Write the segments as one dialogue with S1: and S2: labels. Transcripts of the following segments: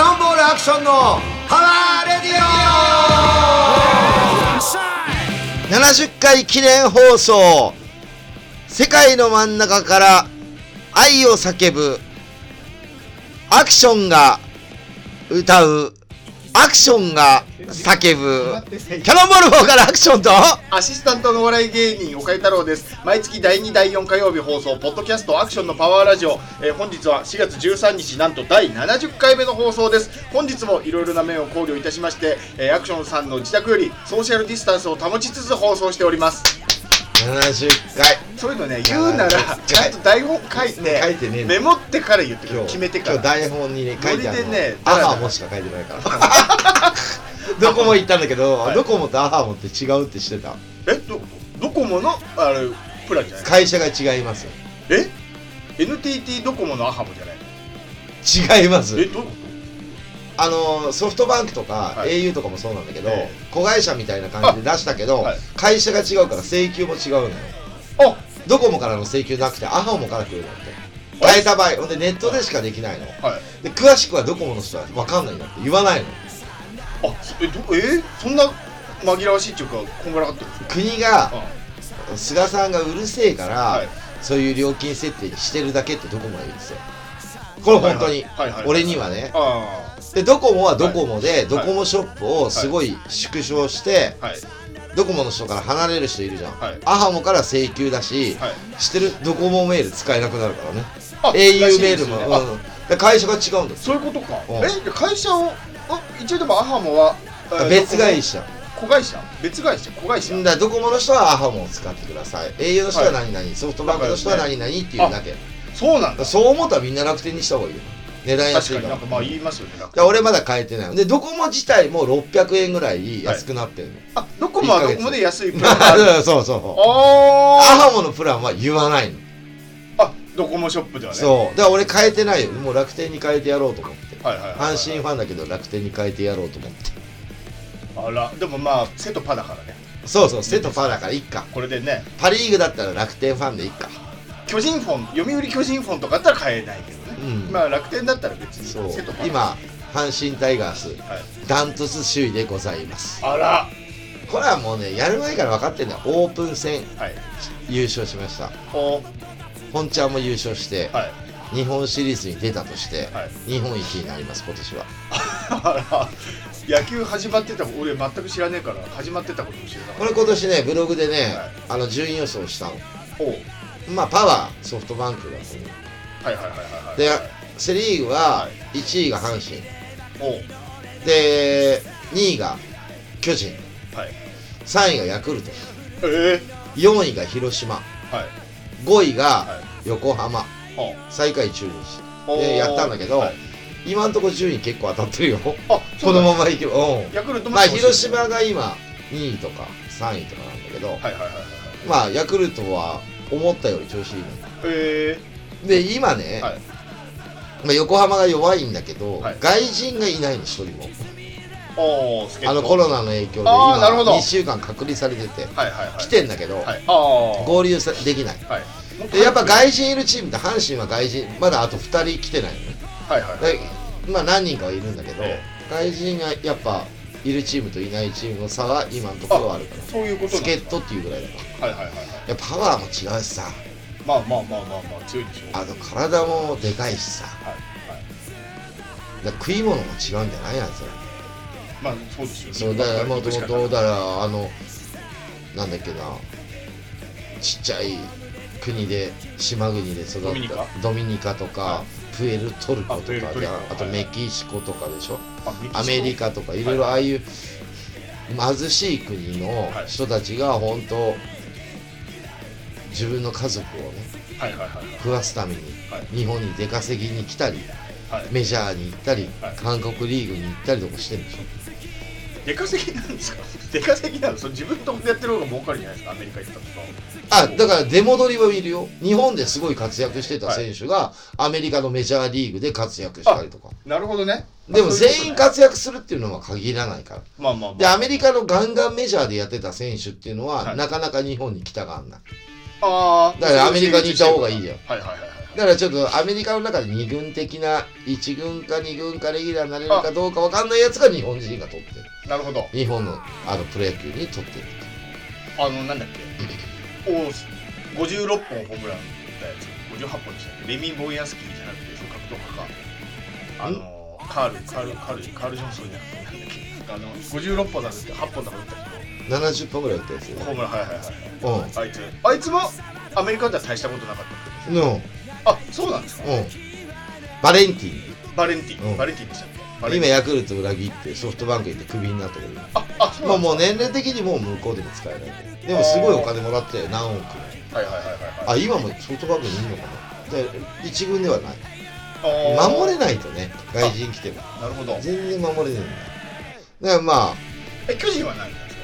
S1: ションのパワーレディオ70回記念放送世界の真ん中から愛を叫ぶアクションが歌うアクションが叫ぶキャノンボール4からアクションと
S2: アシスタントのお笑い芸人岡井太郎です毎月第2第4火曜日放送ポッドキャストアクションのパワーラジオ、えー本日は4月13日なんと第70回目の放送です本日もいろいろな面を考慮いたしまして、えーアクションさんの自宅よりソーシャルディスタンスを保ちつつ放送しております
S1: 70回
S2: そういうのね言うならちゃんと台本書いて
S1: 書いてねえの
S2: メモってから言ってく
S1: 今
S2: る
S1: 日
S2: 決めてか
S1: 今日
S2: ら
S1: 台本にね書いてあるの
S2: ノリでね
S1: アハモしか書いてないからドコモ行ったんだけど、
S2: はい
S1: ドコモとアハモって違うって知ってた
S2: えどドコモのあれプランじゃない
S1: 会社が違います
S2: え NTT ドコモのアハモじゃない
S1: 違います
S2: えど
S1: あのソフトバンクとか、
S2: はい
S1: au とかもそうなんだけど、
S2: え
S1: 子会社みたいな感じで出したけど、
S2: はい
S1: 会社が違うから請求も違うのよ
S2: あ
S1: ドコモからの請求なくてアハモから来るのって
S2: あれ
S1: 変えた場合ほんでネットでしかできないの
S2: はい
S1: で詳しくはドコモの人は分かんないんだって言わないの
S2: あそえどえーそんな紛らわしいっていうかこんがらかってるんですか
S1: 国が
S2: あ
S1: 菅さんがうるせえから、
S2: はい
S1: そういう料金設定にしてるだけってドコモは言うんですよこれ本当に、
S2: はいはいはいはい
S1: 俺にはね
S2: あ
S1: でドコモはドコモで、ドコモショップをすごい縮小して、
S2: ーはい
S1: ドコモの人から離れる人いるじゃん、
S2: はい
S1: アハモから請求だし、
S2: はい
S1: 知ってるドコモメール使えなくなるからね
S2: あ
S1: au メールも、
S2: らしいですねあ
S1: うんで会社が違うんです
S2: そういうことか
S1: うん
S2: えで会社をあ一応でもアハモはえー
S1: 別会
S2: ど
S1: 社
S2: こ子会社別会社子会社
S1: だからドコモの人はアハモを使ってください au の人は何々、ソフトバンクの人は何々っていうだけだか
S2: そうなんだ
S1: らそう思ったらみんな楽天にした方がいいよ値段
S2: 確
S1: 安いか
S2: かに
S1: ら
S2: なんかまあ言いますよねなんか
S1: で俺まだ変えてないのでドコモ自体も600円ぐらい安くなってるの、
S2: あドコモは
S1: 一ヶ
S2: ド
S1: 月
S2: コモで安いプランが ある
S1: そうそうア
S2: あ
S1: ハモのプランは言わないの
S2: ーあドコモショップではね
S1: そうだから俺変えてないよもう楽天に変えてやろうと思って
S2: はいはいはいはい
S1: 阪神ファンだけど楽天に変えてやろうと思って
S2: あらでもまあセとパだからね
S1: そうそうセとパだからいっか
S2: これでね
S1: パ・リーグだったら楽天ファンでいっか
S2: 巨人フォン読売巨人フォンとかだったら買えないけどね、
S1: うん
S2: まあ楽天だったら別に
S1: そう
S2: セとパだ
S1: 今阪神タイガース
S2: はい
S1: ダントツ首位でございます
S2: あら
S1: これはもうねやる前から分かってんだよオープン戦
S2: はい
S1: 優勝しました
S2: お
S1: 本ちゃんも優勝して
S2: はい
S1: 日本シリーズに出たとして
S2: はい
S1: 日本一になります今年は
S2: あ ら野球始まってた俺全く知らねえから始まってたことも知らな
S1: こ
S2: かっ
S1: れ今年ねブログでね
S2: はい
S1: あの順位予想したの
S2: たおう
S1: まあパワーソフトバンクだと思う
S2: はいはいはいはいはい
S1: でセ・リーグは
S2: はい
S1: 1位が阪神
S2: おう
S1: で2位が巨人
S2: はい
S1: 3位がヤクルト
S2: え
S1: 4位が広島
S2: えはい
S1: 5位が
S2: は
S1: 横浜
S2: おう
S1: 最下位中
S2: お
S1: 日
S2: う
S1: でやったんだけど、
S2: はい
S1: 今んとこ順位結構当たってるよこ
S2: あ そう
S1: の
S2: だ
S1: ままいけばう
S2: ヤクルト
S1: ん
S2: も
S1: まあ
S2: そう
S1: 広
S2: ですね
S1: 島が今2位とか3位とかなんだけど、
S2: はいはいはいはい
S1: まあヤクルトは思ったより調子いいの
S2: え
S1: で今ね、
S2: えはい
S1: まあ、横浜が弱いんだけど、
S2: はい
S1: 外人がいないの一人も
S2: おうスケ
S1: あのコロナの影響で
S2: あーなる
S1: 今
S2: ほど
S1: 2週間隔離されてて
S2: はいはいはい
S1: 来てんだけど、
S2: はいああ
S1: 合流さできない
S2: はいもっと
S1: でやっぱ外人いるチームって阪神は外人まだあと2人来てないのね
S2: はいはいはい
S1: でまあ何人かはいるんだけど、
S2: え
S1: 外人がやっぱいるチームといないチームの差は今のところはあるから
S2: そういうことなんだ
S1: 助っ人っていうぐらいだから
S2: はいはいはいはい
S1: やっぱパワーも違うしさ
S2: まあまあまあまあまあ強いでしょう
S1: あと体もでかいしさ
S2: はいはい
S1: だから食い物も違うんじゃないやつら
S2: まあそうですよ
S1: そ
S2: ね
S1: うだから
S2: まあ
S1: もとも
S2: 確か
S1: と
S2: に
S1: だからあのなんだっけなちっちゃい国で島国で育った
S2: ドミニカ
S1: ドミニカとか、
S2: はプ
S1: プエルトルコと
S2: あプエルト
S1: か
S2: リ
S1: で
S2: コ
S1: ああと
S2: はい
S1: メキシコとかでしょ、
S2: あメキシコ
S1: アメリカとかいろいろああいう貧しい国の
S2: はい
S1: 人たちが本当自分の家族をね
S2: はいはいはいはい
S1: 食わすために
S2: はい
S1: 日本に出稼ぎに来たり
S2: はい
S1: メジャーに行ったり
S2: はい
S1: 韓国リーグに行ったりとかしてるんでしょ
S2: 出稼ぎなんですか 出稼ぎなのそれ自分のとこでやってる方が儲かるじゃないですかアメリカ行ったとか
S1: あだから出戻りはいるよ日本ですごい活躍してた選手がアメリカのメジャーリーグで活躍したりとか
S2: なるほどね
S1: でも全員
S2: か
S1: 活躍するっていうのは限らないから
S2: まあまあま
S1: で
S2: あ
S1: アメリカのガンガンメジャーでやってた選手っていうのは
S2: はい
S1: なかなか日本に来たがんない
S2: あー
S1: だからアメリカにいた方がいいよ
S2: はいはいはいはい
S1: だからちょっとアメリカの中で2軍的な1軍か2軍かレギュラーになれるかどうかわかんないやつが日本人が取ってる
S2: なるほど
S1: 日本のあのプロ野球に取ってる
S2: あのなんだっけお56本ホームラン打ったやつ58本でしたっけレミー・ボイヤスキーじゃなくてそう格闘家かあのカールカールカールカール・ジョンソンじゃなくてなんだっけあの56本だって8本だから打った
S1: 70本ぐらい打ったやつよ
S2: 人ホームランはいはいはい
S1: うん
S2: あいつあいつもアメリカでは大したことなかった
S1: のうん
S2: あそうなんですか
S1: バレンティ
S2: バレンティン、
S1: うん
S2: バレンティンでしたっけバ
S1: ン
S2: レン
S1: 今
S2: ティン
S1: ヤクルト裏切ってソフトバンク行ってクビになったけど
S2: ああそう
S1: ま
S2: な
S1: あ
S2: んです
S1: もう年齢的にもう向こうでも使えないんででもすごいお金もらってたよ何億も
S2: かはいはいはいはいはい
S1: あ今もソフトバンクにいるのかなで1軍ではない
S2: あー
S1: 守れないとね外人来ても
S2: なるほど
S1: 全然守れないんだだからまあ
S2: え巨人は何なんで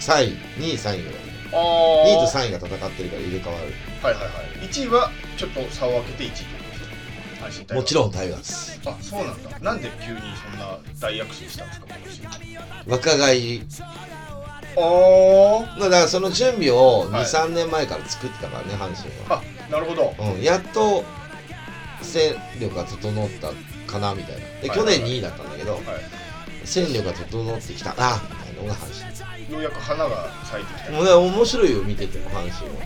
S2: すか
S1: 2位3位2位3位ぐらい
S2: ああ
S1: 2位と3位が戦ってるから入れ替わる
S2: はいはいはい。1位はちょっと差を開けて1位ということですか阪神対
S1: もちろんタイガース
S2: ん。あ、そうなんだ。なんで急にそんな大躍進したんですか、今年。
S1: 若返り
S2: あ
S1: まあだからその準備を
S2: はい
S1: 23年前から作ってたからね阪神は
S2: あ。あ、なるほど。
S1: うん、やっと戦力が整ったかなみたいなで
S2: はい
S1: 去
S2: はいはい
S1: 年2位だったんだけど
S2: は
S1: 戦力が整ってきたなみたいなのが阪
S2: い。ようやく花が咲いてきた。
S1: 神
S2: は
S1: もうね面白いよ見てても阪神
S2: う
S1: は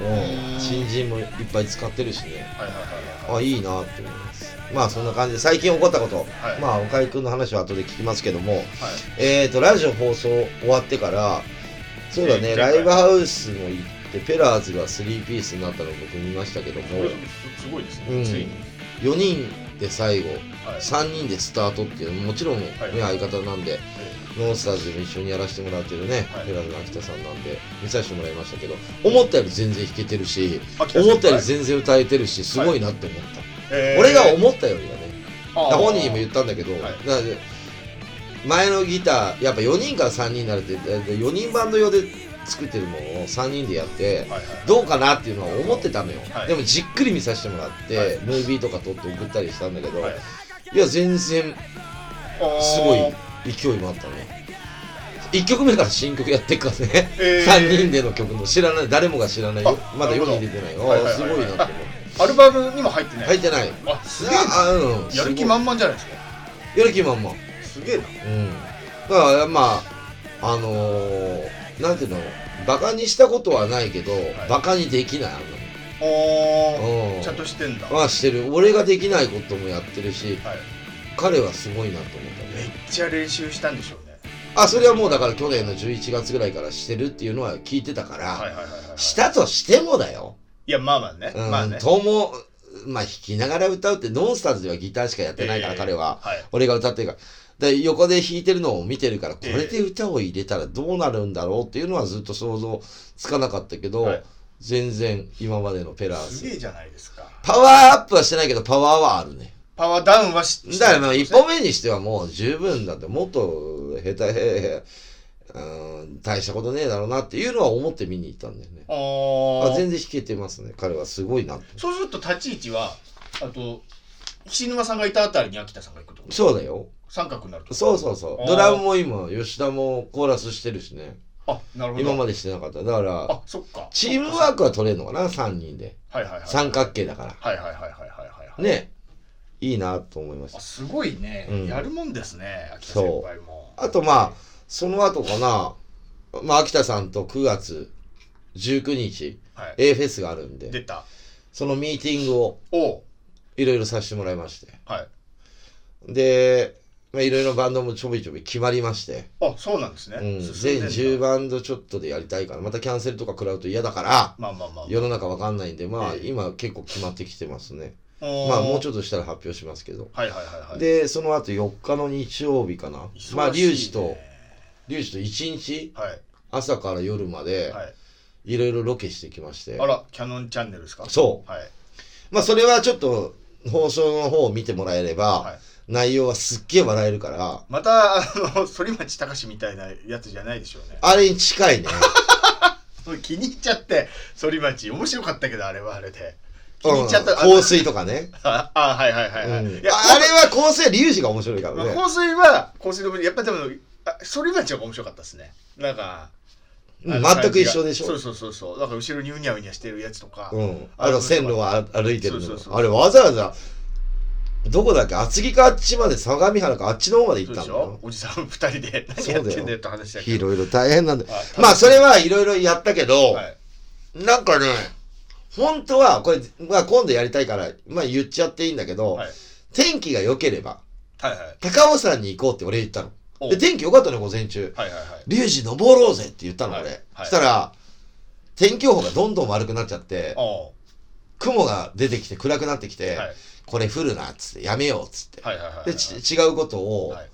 S1: うんん新人もいっぱい使ってるしね
S2: いはいはい
S1: あ
S2: はい。
S1: いいなって思いますまあそんな感じで最近起こったこと、
S2: はい
S1: まあ岡井君の話は後で聞きますけども
S2: はい。
S1: えーとラジオ放送終わってからそうだね
S2: えー
S1: ライブハウスも行ってペラーズが3ピースになったの僕見ましたけど
S2: こ
S1: も
S2: れすすごいです
S1: う
S2: ね。
S1: ん
S2: ついに。
S1: 4人で最後
S2: はい。
S1: 3人でスタートっていうのももちろん、ね
S2: はい
S1: 相方なんでノンスターズでも一緒にやらせてもらってるね、
S2: はい
S1: ペラルの秋田さんなんで見させてもらいましたけど思ったより全然弾けてるし
S2: 思っ
S1: 思ったより全然歌えてるしすごいなって思った、俺が思ったよりだねだから本人にも言
S2: っ
S1: ったんだけど、
S2: はい
S1: だから前のギターやっぱ4人から3人になるって4人バンド用で作ってるものを3人でやって
S2: はいはい。
S1: どうかなっていうのは思ってたのよ、
S2: はい
S1: でもじっくり見させてもらって、
S2: はい
S1: ムービーとか撮って送ったりしたんだけど、
S2: はい
S1: い、や全然すごい
S2: あー
S1: 勢いもあったね1曲目から新曲やってっからね、
S2: えー
S1: 3人での曲の知らない誰もが知らないよ
S2: あ
S1: まだ
S2: なる
S1: 世
S2: ほど
S1: に出てないよ、
S2: はいはいはい
S1: すごいなって思って
S2: アルバムにも入ってない。
S1: 入ってない
S2: あ、すげえな。
S1: あうん
S2: やる気
S1: ま
S2: 満々じゃないですか。
S1: やる気満々
S2: すげえな。
S1: うんだからまああのー、なんていうのバカにしたことはないけど、
S2: い
S1: バカにできないあんま
S2: おー。
S1: りうん
S2: ちゃんとしてんだ。はい。
S1: はしてる俺ができないこともやってるし彼はすごいなと思った
S2: めっ
S1: ね
S2: ちゃ練習したんでしょうね。
S1: あそれはもうだから去年の11月ぐらいからしてるっていうのは聞いてたから、
S2: はいはいはいはいはい。
S1: したとしてもだよ、
S2: いや、まあまあね。
S1: うん
S2: まあね。
S1: ともまあ弾きながら歌うってノンスターズではギターしかやってないから、
S2: ええ
S1: 彼は
S2: はい。
S1: 俺が歌ってるからで横で弾いてるのを見てるからこ
S2: ええ
S1: れで歌を入れたらどうなるんだろうっていうのはずっと想像つかなかったけど、
S2: はい
S1: 全然今までのペラー
S2: すげ
S1: ズ
S2: えじゃないですか。
S1: パワーアップはしてないけどパワーはあるね
S2: パワーダウンはし
S1: だからまあ
S2: 一
S1: 一歩目にしてはもう十分だってもっと下手へへうん大したことねえだろうなっていうのは思って見に行ったんだよねあ
S2: あー
S1: 全然弾けてますね彼はすごいなって
S2: そうすると立ち位置は、あと、菱沼さんがいたあたりに秋田さんが行くってこと
S1: そうだよ
S2: 三角になると。
S1: そうそうそ
S2: あー
S1: うドラムも今吉田もコーラスしてるしね
S2: あ、なるほど。
S1: 今までしてなかっただから
S2: あ、そっか。
S1: チームワークは取れるのかな3人で
S2: はいはいはい。
S1: 三角形だか
S2: はいはいはいはいはいはいは
S1: ら
S2: い。
S1: ねいいなと思いまし
S2: あ、
S1: た
S2: すごいね
S1: うん。
S2: やるもんですね、秋田先輩も。
S1: あとまあその後かなまあ秋田さんと9月19日
S2: はい。
S1: A フェスがあるんで
S2: 出た。
S1: そのミーティングを
S2: おう。
S1: いろいろさせてもらいまして。
S2: はい。
S1: で、まあ、いろいろバンドもちょびちょび決まりまして、
S2: あ、そうなんですね。
S1: うん、
S2: 進ん
S1: 全
S2: でんだ
S1: 10バンドちょっとでやりたいから、またキャンセルとか食らうと嫌だから、
S2: まあまあまあ。
S1: 世の中わかんないんで、まあ
S2: ええ
S1: 今結構決まってきてますね。
S2: ま
S1: まあもうち
S2: ょっ
S1: ょっとしたら発表しますけど。
S2: と。はいはいはいはい。
S1: で、その後4日の日曜日かな。
S2: 忙しいね、
S1: まあ、リュウジと、リュウジと1日、
S2: はい。
S1: 朝から夜まで、
S2: はい。
S1: いろいろロケしてきまして
S2: あ。ら、キャノンチャンネルですか
S1: そう。
S2: はい。
S1: まあそれはちょっと、放送の方を見てもらえれば、
S2: はい
S1: 内容はすっげえ笑えるから、
S2: また、あの、 反町隆史みたいなやつじゃないでしょうね。
S1: あれに近いね。
S2: もう気に入っちゃって、反町。面白かったけど、あれはあれで。 気に入っちゃった。あ
S1: 香水とかね。
S2: ああ、はいはいは
S1: う
S2: い
S1: んあ
S2: はい。
S1: あれ
S2: いや、
S1: は香水、リュウジが面白いか
S2: あ
S1: ら
S2: れ、
S1: ね。
S2: 香水は、香水の部分、やっぱでも、あ反町が面白かったですね。なんか、
S1: うん
S2: あの
S1: 全く一緒でしょ
S2: そうそうそうそうだから後ろにうにゃうにゃしてるやつとか、
S1: うん、あの線路を歩いてるの
S2: そうそうそう
S1: あれわざわざどこだっけ厚木かあっちまで相模原かあっちの方まで行
S2: そ
S1: っ
S2: うで
S1: た
S2: し
S1: の
S2: ょおじさん二人で何
S1: そうだ
S2: や
S1: よ
S2: ってんだよって話だけ
S1: い
S2: ど
S1: ろいろ大変なんだ
S2: あ
S1: まあそれはいろいろやったけど、
S2: はい
S1: なんかね本当はこれ、まあ、今度やりたいから、まあ、言っちゃっていいんだけど、
S2: はい
S1: 天気が良ければ
S2: はいはい
S1: 高尾山に行こうって俺言った
S2: お
S1: ので天気良かったの午前中
S2: はいはいはい
S1: 「リュウジ登ろうぜ」って言ったの俺、
S2: はいはい
S1: したら天気予報がどんどん悪くなっちゃって
S2: おう
S1: 雲が出てきて暗くなってきて、
S2: はい
S1: これ降るなっつってやめようっつって
S2: はいはいはい
S1: でち違うことを、
S2: はい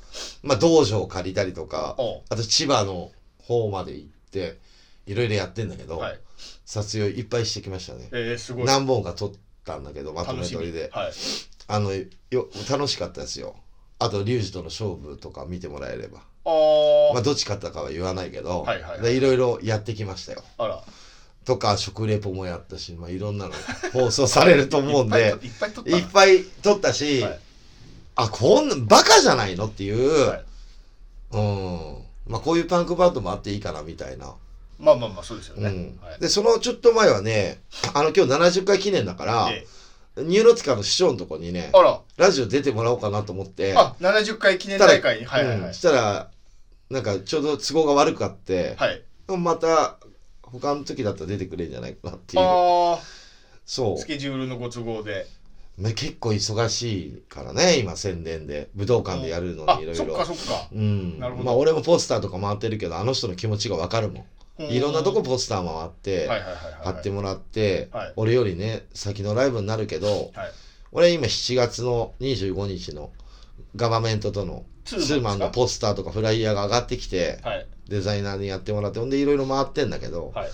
S1: まあ道場を借りたりとか
S2: おう
S1: あと千葉の方まで行っていろいろやってんだけど、
S2: はい
S1: 撮影いっぱいしてきましたね
S2: えー、すごい
S1: 何本か撮ったんだけどまと
S2: 楽
S1: め
S2: し
S1: 撮
S2: み
S1: りで
S2: はい
S1: あのよ楽しかったですよあとリュウジとの勝負とか見てもらえれば
S2: あー、
S1: まあどっち勝ったかは言わないけど、
S2: はいはいはい
S1: でいろいろやってきましたよ
S2: あら
S1: とか食レポもやったし、まあ、いろんなの放送されると思うんで
S2: いっぱいとい
S1: い
S2: っ
S1: っ
S2: ぱい
S1: ぱい撮ったし、
S2: はい
S1: あこんなバカじゃないのっていう、
S2: はい
S1: うんまあ、こういうパンクバンドもあっていいかなみたいな、
S2: 撮ったまあまあまあそうですよ
S1: うん
S2: ね、はい
S1: でそのちょっと前はねあの今日70回記念だから、
S2: え
S1: ニューロツカの師匠のとこにね
S2: ーあら
S1: ラジオ出てもらおうかなと思って
S2: あ70回記念大会にはいはい
S1: うん
S2: はい
S1: したらなんかちょうど都合が悪くあって、
S2: はい
S1: また他の時だったら出てくれるんじゃないかなっていう
S2: あ
S1: そ
S2: ース
S1: う
S2: ケジュールのご都合で
S1: まあ結構忙しいからね今宣伝で武道館でやるの
S2: あ
S1: にいろい
S2: そっか
S1: ろ
S2: そっか
S1: うん
S2: なるほど
S1: まあ俺もポスターとか回ってるけどあの人の気持ちがわかるもんいろんなとこポスター回って
S2: ではいはいはいはい
S1: 貼ってもらって
S2: はい
S1: 俺よりね先のライブになるけど
S2: はい
S1: 俺今7月の25日のガバメントとのツ
S2: ツーマンですか
S1: ーマンのポスターとかフライヤーが上がってきて
S2: はい
S1: デザイナーにやってもらってほんでいろいろ回ってんだけど
S2: はい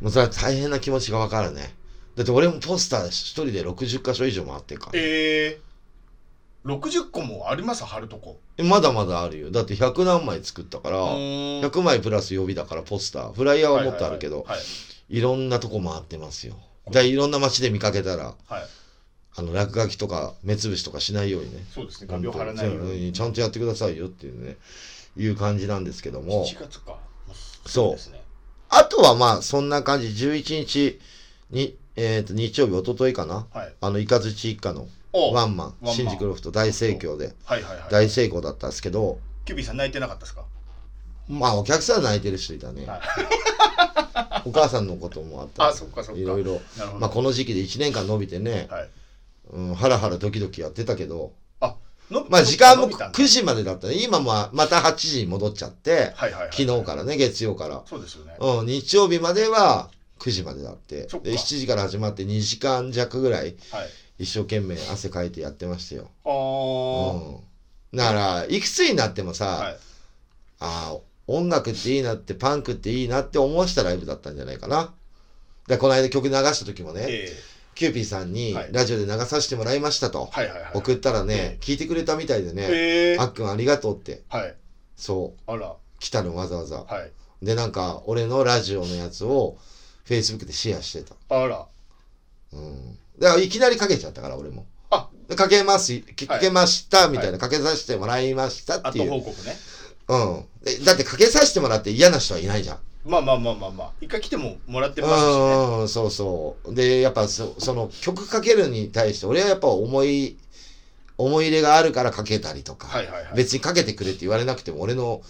S1: もうそれは大変な気持ちがわかるねだって俺もポスター一人で60箇所以上回ってるから
S2: えー、60個もあります貼るとこ
S1: えまだまだあるよだって100何枚作ったから
S2: うーん
S1: 100枚プラス予備だからポスターフライヤーはもっとあるけど
S2: はい
S1: いろんなとこ回ってますよだからいろんな街で見かけたら
S2: はい、はい、
S1: あの落書きとか目つぶしとかしないようにね
S2: そうですね画鋲貼らないよう
S1: 本当
S2: に
S1: にちゃんとやってくださいよっていうねいう感じなんですけども
S2: 7月か
S1: そう
S2: ですね
S1: あとはまあそんな感じ11日に、えー、と日曜日一昨日かな
S2: はい
S1: あのイカズチ一家の
S2: お
S1: ワンマン
S2: ワンマン
S1: 新宿ロフト大盛況で
S2: はいはいはい
S1: 大成功だったんですけど
S2: キュービーさん泣いてなかったですか
S1: まあお客さん泣いてる人いたね
S2: は
S1: お母さんのこともあった
S2: あそっかそっか
S1: いろいろ
S2: なるほど、
S1: まあこの時期で1年間伸びてね、
S2: はい
S1: うん、ハラハラドキドキやってたけど、
S2: あの
S1: まあ時間
S2: 伸
S1: も
S2: びたんだ
S1: 9時までだったね。今もまた8時に戻っちゃって、
S2: はいはいはい、
S1: 昨日からね、月曜から。
S2: そうですよね
S1: うん、日曜日までは9時までだって。で
S2: そっか
S1: 7時から始まって2時間弱ぐらい
S2: はい
S1: 一生懸命汗かいてやってましたよ。
S2: あー、
S1: うん。だから、いくつになってもさ、
S2: はい
S1: ああ、音楽っていいなって、パンクっていいなって思わせたライブだったんじゃないかな。で、この間曲流した時もね、
S2: ええ
S1: キューピーさんに
S2: はい
S1: ラジオで流させてもらいましたと、
S2: はいはいはい
S1: 送ったらね
S2: え、
S1: 聞いてくれたみたいでね、
S2: ええ
S1: あっくんありがとうって、
S2: はい
S1: そ
S2: あら
S1: う、来たのわざわざ。
S2: はい
S1: で、なんか、俺のラジオのやつを、Facebook でシェアしてた。
S2: あら
S1: うん。だから、いきなりかけちゃったから、俺も。
S2: あ
S1: でかけます、け
S2: は
S1: か
S2: い
S1: けました、みたい
S2: は
S1: な、かけさせてもらいましたって
S2: 後
S1: い
S2: 報
S1: う。
S2: 告ね
S1: うん。でだって、かけさせてもらって嫌な人はいないじゃん。
S2: まあまあまあまあまあ一回来てももらってますしね
S1: うんうんそうそうでやっぱそその曲かけるに対して俺はやっぱ思い思い入れがあるからかけたりとか、
S2: はいはいはい
S1: 別にかけてくれって言われなくても俺の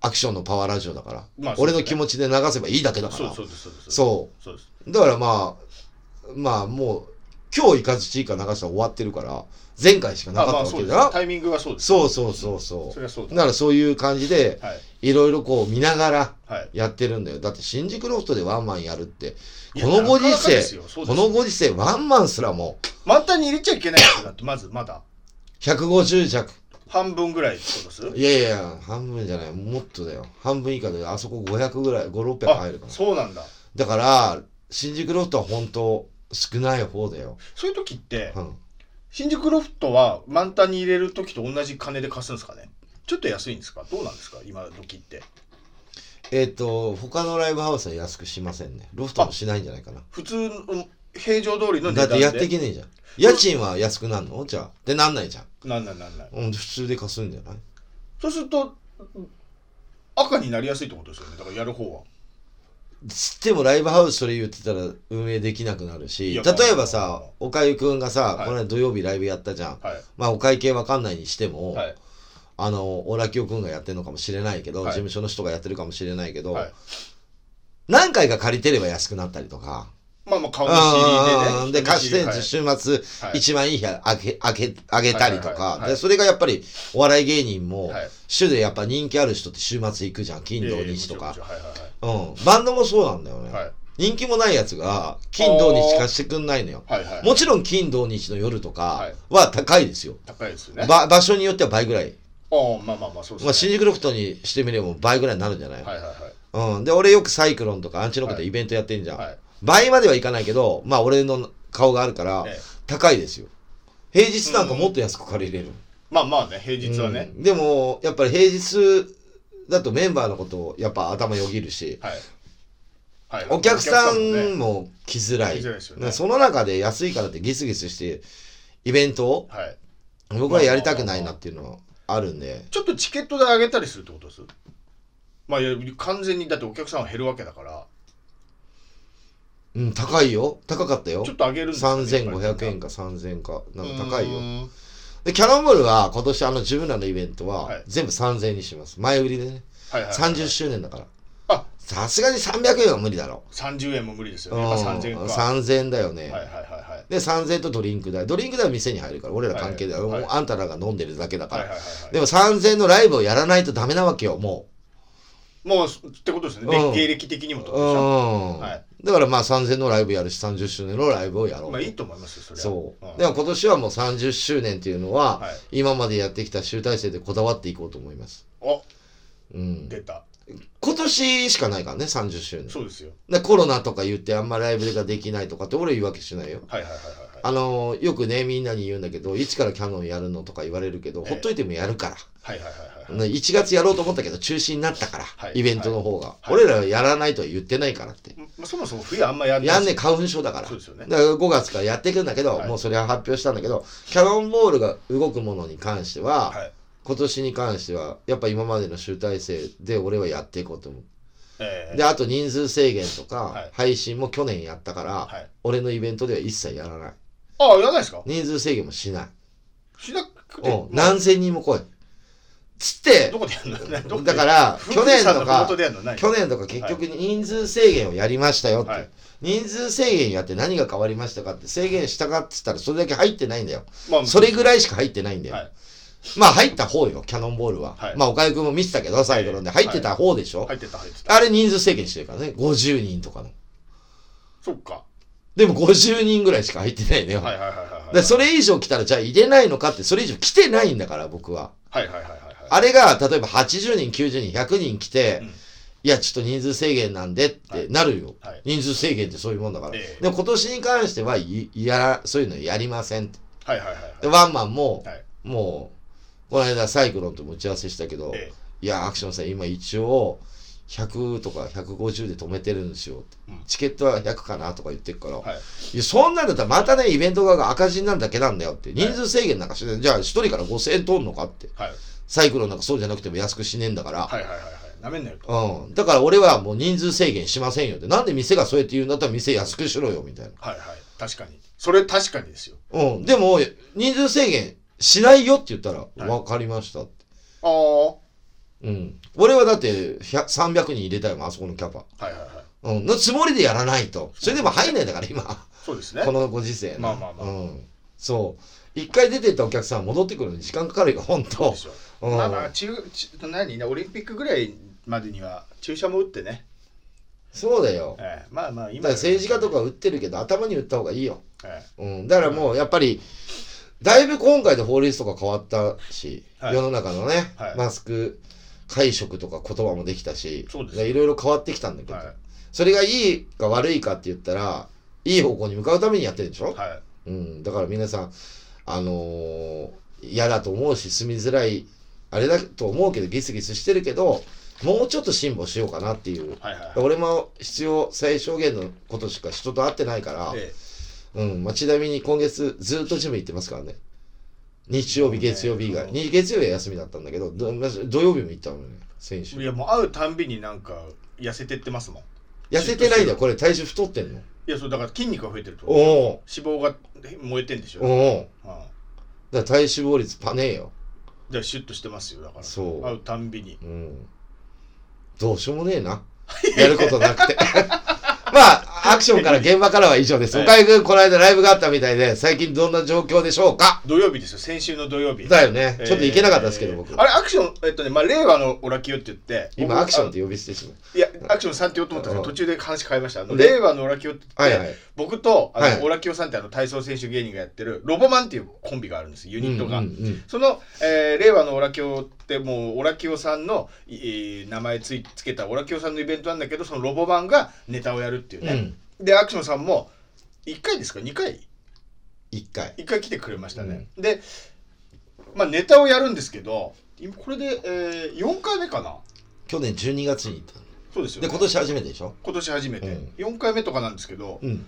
S1: アクションのパワーラジオだから、
S2: まあ
S1: 俺の気持ちで流せばいいだけだから
S2: そうそうですそうです
S1: そ
S2: そうです
S1: うだからまあまあもう今日行かずちいか流したら終わってるから前回しかな
S2: あ
S1: かった
S2: まあ
S1: わ
S2: そ
S1: け
S2: うで
S1: だ
S2: す
S1: な、
S2: タイミングはそうです
S1: そうそうそうそ
S2: それはそう
S1: う
S2: です
S1: だからそういう感じで
S2: はい
S1: いろいろこう見ながら
S2: はい
S1: やってるんだよだって新宿ロフトでワンマンやるって
S2: いや
S1: このご時
S2: なかなかです
S1: 世
S2: よそうで
S1: こ
S2: す
S1: のご時世ワンマンすらも
S2: 満タンに入れちゃいけないですよだってまずまだ
S1: う150弱
S2: 半分ぐらいってことです
S1: いやいやいや半分じゃないもっとだよ半分以下であそこ500ぐらい5600
S2: あ
S1: 入るから
S2: そうなんだ
S1: だから新宿ロフトは本当少ない方だよ、
S2: そういう時って
S1: うん、
S2: 新宿ロフトは満タンに入れる時と同じ金で貸すんですかねちょっと安いんですかどうなんですか今時って
S1: えっ、と他のライブハウスは安くしませんねロフトもしないんじゃないかな
S2: 普通の平常通りの値
S1: だっ
S2: 段で
S1: てやっていけねえじゃん家賃は安くなんのじゃあでなんないじゃん、
S2: なんなんなんない
S1: うん、普通で貸すんじゃない
S2: そうするとうん赤になりやすいってことですよねだからやる方は
S1: 知ってもライブハウスそれ言ってたら運営できなくなるし
S2: い
S1: 例
S2: や
S1: えばさおかゆくんがさ、
S2: はい
S1: この間土曜日ライブやったじゃん、
S2: はい
S1: まあお会計わかんないにしても、
S2: はい
S1: あのオラキオくんがやってるのかもしれないけど、
S2: は
S1: 事
S2: い
S1: 務所の人がやってるかもしれないけど、
S2: はい
S1: 何回か借りてれば安くなったりとか。
S2: まあまあ顔の
S1: う
S2: CD で
S1: ん
S2: ね
S1: で貸し
S2: で
S1: 店
S2: は
S1: 地
S2: い
S1: 週末
S2: はい
S1: 一番いい日あげあげあげたりと
S2: はいはいはい
S1: か
S2: はい
S1: でそれがやっぱりお笑い芸人も
S2: はい
S1: 主でやっぱ人気ある人って週末行くじゃん金土日とか
S2: ええもちろんもちろんはいはいはい
S1: うんバンドもそうなんだよね、
S2: はい
S1: 人気もないやつが金土日貸してくんないのよ
S2: はいはい
S1: もちろん金土日の夜とか
S2: はい
S1: は高いですよ、
S2: 高いですよね。あ
S1: ば場所によっては倍ぐらい、
S2: あまあまあまあそう
S1: まあ、
S2: です
S1: 新
S2: ね。
S1: 宿ロフトにしてみれば倍ぐらいになるんじゃない、
S2: はいはいはい
S1: うん、で俺よくサイクロンとかアンチノコでイベントやってんじゃん、
S2: はい
S1: 倍まではいかないけどまあ俺の顔があるから
S2: ええ
S1: 高いですよ平日なんかもっと安く借りれる、
S2: まあまあね平日はね
S1: う。んでもやっぱり平日だとメンバーのことをやっぱ頭よぎるし
S2: はい。はい
S1: お客さ
S2: もね
S1: んも来づらい
S2: 来づらいですよね
S1: その中で安いからってギスギスしてイベントを
S2: はい。
S1: 僕はやりたくないなっていうのはあるんで
S2: ちょっとチケット代上げたりするってことです。まあいや完全にだってお客さんは減るわけだから
S1: うん高いよ高かったよ
S2: ちょっと上げるんですよね
S1: 3500円か3000円かなんか高い。
S2: やっぱり
S1: よ
S2: ね
S1: でキャノンボールは今年あの自分らのイベントは
S2: はい
S1: 全部3000円にします前売りでね
S2: はいはい。
S1: 30。周年だから
S2: あ
S1: さすがに300円は無理だろ
S2: 30円も無理ですよ
S1: う
S2: ね。
S1: ん
S2: まあ3000円か。は
S1: 3000円だよ
S2: い
S1: ね
S2: はいはいはい。
S1: で3000円とドリンク代ドリンク代は店に入るから俺ら関係だよ
S2: はいはい
S1: もうあんたらが飲んでるだけだか
S2: はいはい
S1: ら
S2: はい
S1: でも3000円のライブをやらないとダメなわけよも
S2: はい。もうってことですね。
S1: うん
S2: で芸歴的にもって
S1: う
S2: ことでしょ。
S1: うん
S2: はい
S1: だからまあ3000円のライブやるし30周年のライブをやろう
S2: まあいいと思いますよそれ
S1: そ
S2: は。
S1: う、
S2: ん
S1: でも今年はもう30周年っていうのは、
S2: はい
S1: 今までやってきた集大成でこだわっていこうと思います、
S2: お
S1: うん、
S2: 出た。
S1: 今年しかないからね30周年
S2: そうですよ。
S1: でコロナとか言ってあんまライブができないとかって俺言い訳しないよ
S2: はいはいはいはいはい。
S1: あのーよくねみんなに言うんだけどいつからキャノンやるのとか言われるけど、
S2: ええ
S1: ほっといてもやるから、
S2: はいはいはいはい。
S1: ね1月やろうと思ったけど中止になったから、
S2: はい
S1: イベントの方が、
S2: はい
S1: 俺らはやらないとは言ってないからって、
S2: まあ、そもそも冬あんまやんない
S1: やんねえ花粉症だから
S2: そうですよね
S1: だから5月からやっていくんだけど、
S2: はい
S1: もうそれは発表したんだけどキャノンボールが動くものに関しては、
S2: はい
S1: 今年に関してはやっぱ今までの集大成で俺はやっていこうと思う、
S2: えー
S1: であと人数制限とか、
S2: はい
S1: 配信も去年やったから、
S2: はい、
S1: 俺のイベントでは一切やらない
S2: ああやらないですか
S1: 人数制限もしない
S2: しなくて、
S1: うん、
S2: まあ
S1: 何千人も来い。つって
S2: ど、こでやるのない どこで
S1: だから、
S2: 富
S1: 去
S2: 士
S1: 年
S2: 山の
S1: と
S2: ふも
S1: か
S2: と、でやるのない
S1: 去年とか結局人数制限をやりましたよって、
S2: はい
S1: 人数制限やって何が変わりましたかって制限したかっつったらそれだけ入ってないんだよ。
S2: まあ
S1: それぐらいしか入ってないんだよ。
S2: はい
S1: まあ入った方よ、キャノンボールは。
S2: はい
S1: まあ岡井くんも見てたけど、サイドロンで入ってた方でしょ、
S2: 入ってた入ってた
S1: あれ人数制限してるからね、50人とかの。
S2: そっか
S1: でも50人ぐらいしか入ってないのよ。
S2: はいはいはいはいは
S1: で
S2: い
S1: それ以上来たらじゃあ入れないのかって、それ以上来てないんだから僕は。
S2: はいはいはいはい
S1: あれが、例えば80人、90人、100人来て、
S2: うん
S1: いや、ちょっと人数制限なんでってなるよ。
S2: はい
S1: 人数制限ってそういうもんだから。
S2: ええ
S1: でも今年に関してはい、いやら、そういうのやりませんって。
S2: はいはいはいはい
S1: で、ワンマンも、
S2: はい
S1: もう、この間サイクロンとも打ち合わせしたけど、
S2: え
S1: いや、アクションさん、今一応、100とか150で止めてるんですよって、
S2: うん
S1: チケットは100かなとか言ってるから、
S2: えはい
S1: いや、そんなんだったらまたね、イベント側が赤字になるだけなんだよって。人数制限なんかしてない、じゃあ1人から5000円取んのかって。
S2: はい
S1: サイクロンなんかそうじゃなくても安くしねえんだから。
S2: はいはいはいはいなめんなよと
S1: うん。だから俺はもう人数制限しませんよって。なんで店がそうやって言うんだったら店安くしろよ、みたい
S2: はいはい確かにそれ確かにですよ
S1: な。うん。でも、人数制限しないよって言ったら、
S2: い
S1: わかりましたって。
S2: ああは
S1: うん。俺はだって、100 300人入れたよ、あそこのキャパ。
S2: いはいはい
S1: うん。のつもりでやらないと。それでも入んないんだから、今。
S2: そうですね
S1: このご時世ね
S2: まあまあまあ
S1: うん。そう。一回出てったお客さん戻ってくるのに時間かかるよ、本
S2: そう
S1: 当
S2: ですよ
S1: うん
S2: まあまあ中中何ねオリンピックぐらいまでには注射も打ってね
S1: そうだよ。
S2: ええまあまあ
S1: だ
S2: 今
S1: から政治家とか打ってるけど、頭に打った方がいいよ。
S2: え
S1: うん、だからもうやっぱり、だいぶ今回で法律とか変わったし、
S2: はい
S1: 世の中のね、
S2: はい
S1: マスク解釈とか言葉もできたし、
S2: そうです
S1: いろいろ変わってきたんだけ
S2: え
S1: ど、
S2: は
S1: それがいいか悪いかって言ったら、いい方向に向かうためにやってるでしょ、
S2: いはい
S1: うん、だから皆さん、あのー嫌だと思うし、住みづらい、あれだと思うけど、ギスギスしてるけど、もうちょっと辛抱しようかなっていう。
S2: はいはい
S1: 俺も必要最小限のことしか人と会ってないから、
S2: ええ
S1: うん、まあ、ちなみに今月ずっとジム行ってますからね。日曜日、月曜日以外。
S2: うん
S1: に月曜日は休みだったんだけど、ど土曜日も行ったのね、先週
S2: い。やもう会うたんびになんか痩せてってますもん
S1: 痩せてないんだよこれ体重太ってんの
S2: いやそうだから筋肉が増えてると
S1: お
S2: 脂
S1: お
S2: 肪が燃えてんでしょ、
S1: お
S2: うん、だか
S1: おだから体脂肪率パネーよ
S2: らシュッとしてますよだから
S1: そう
S2: 会うたんびに
S1: うんどうしようもねえなやることなくて まあアクションから現場からは以上です
S2: はい
S1: 岡井君この間ライブがあったみたいで最近どんな状況でしょうか
S2: 土曜日ですよ先週の土曜日
S1: だよね ちょっと行けなかったですけど、
S2: えー
S1: 僕
S2: あれアクションえっとねまあ令和のオラキオって言って
S1: 今
S2: 僕
S1: アクションって呼び捨てしま
S2: あいやアクションさんって言おうと思ったんです
S1: うん
S2: けど途中で話変えましたあの
S1: で
S2: 令和のオラキオって言って、
S1: うはいはい
S2: 僕とあの、
S1: はい
S2: オラキオさんってあの体操選手芸人がやってるロボマンっていうコンビがあるんですユニットが、
S1: うんうんうん
S2: その、えー令和のオラキオってもうオラキオさんの、いえー名前ついつけたオラキオさんのイベントなんだけどそのロボマンがネタをやるっていうね、でアクションさんも1回ですか2回
S1: 一回
S2: 一回来てくれましたね、で、まあ、ネタをやるんですけど今これで、えー、4回目かな
S1: 去年12月に行ったの
S2: そうですよ、
S1: で
S2: ね、
S1: 今年初めてでしょ
S2: 今年初めて、
S1: うん
S2: 4回目とかなんですけど、
S1: うん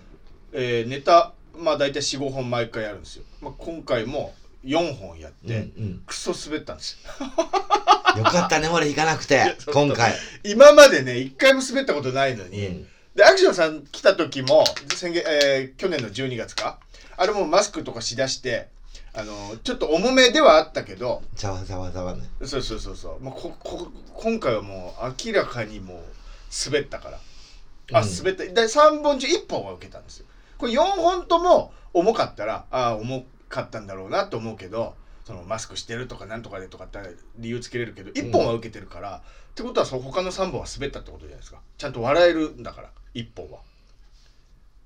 S2: えーネタまあ大体45本毎回やるんですよ、まあ、今回も4本やって、
S1: うん
S2: クソ滑ったんですよ
S1: うん、よかったね俺行かなくて
S2: そう
S1: 今回、
S2: 今までね1回も滑ったことないのに、
S1: うん
S2: でアクションさん来た時も先月、えー去年の12月かあれもマスクとかしだしてあのちょっと重めではあったけど
S1: ざわざわざわね
S2: そうそうそうそう、まあ、ここ今回はもう明らかにもう滑ったからあ
S1: うん
S2: 滑った、で3本中1本は受けたんですよこれ4本とも重かったらああ重かったんだろうなと思うけどそのマスクしてるとかなんとかでとかって理由つけれるけど1本は受けてるから、ってことはその他の3本は滑ったってことじゃないですかちゃんと笑えるんだから1本は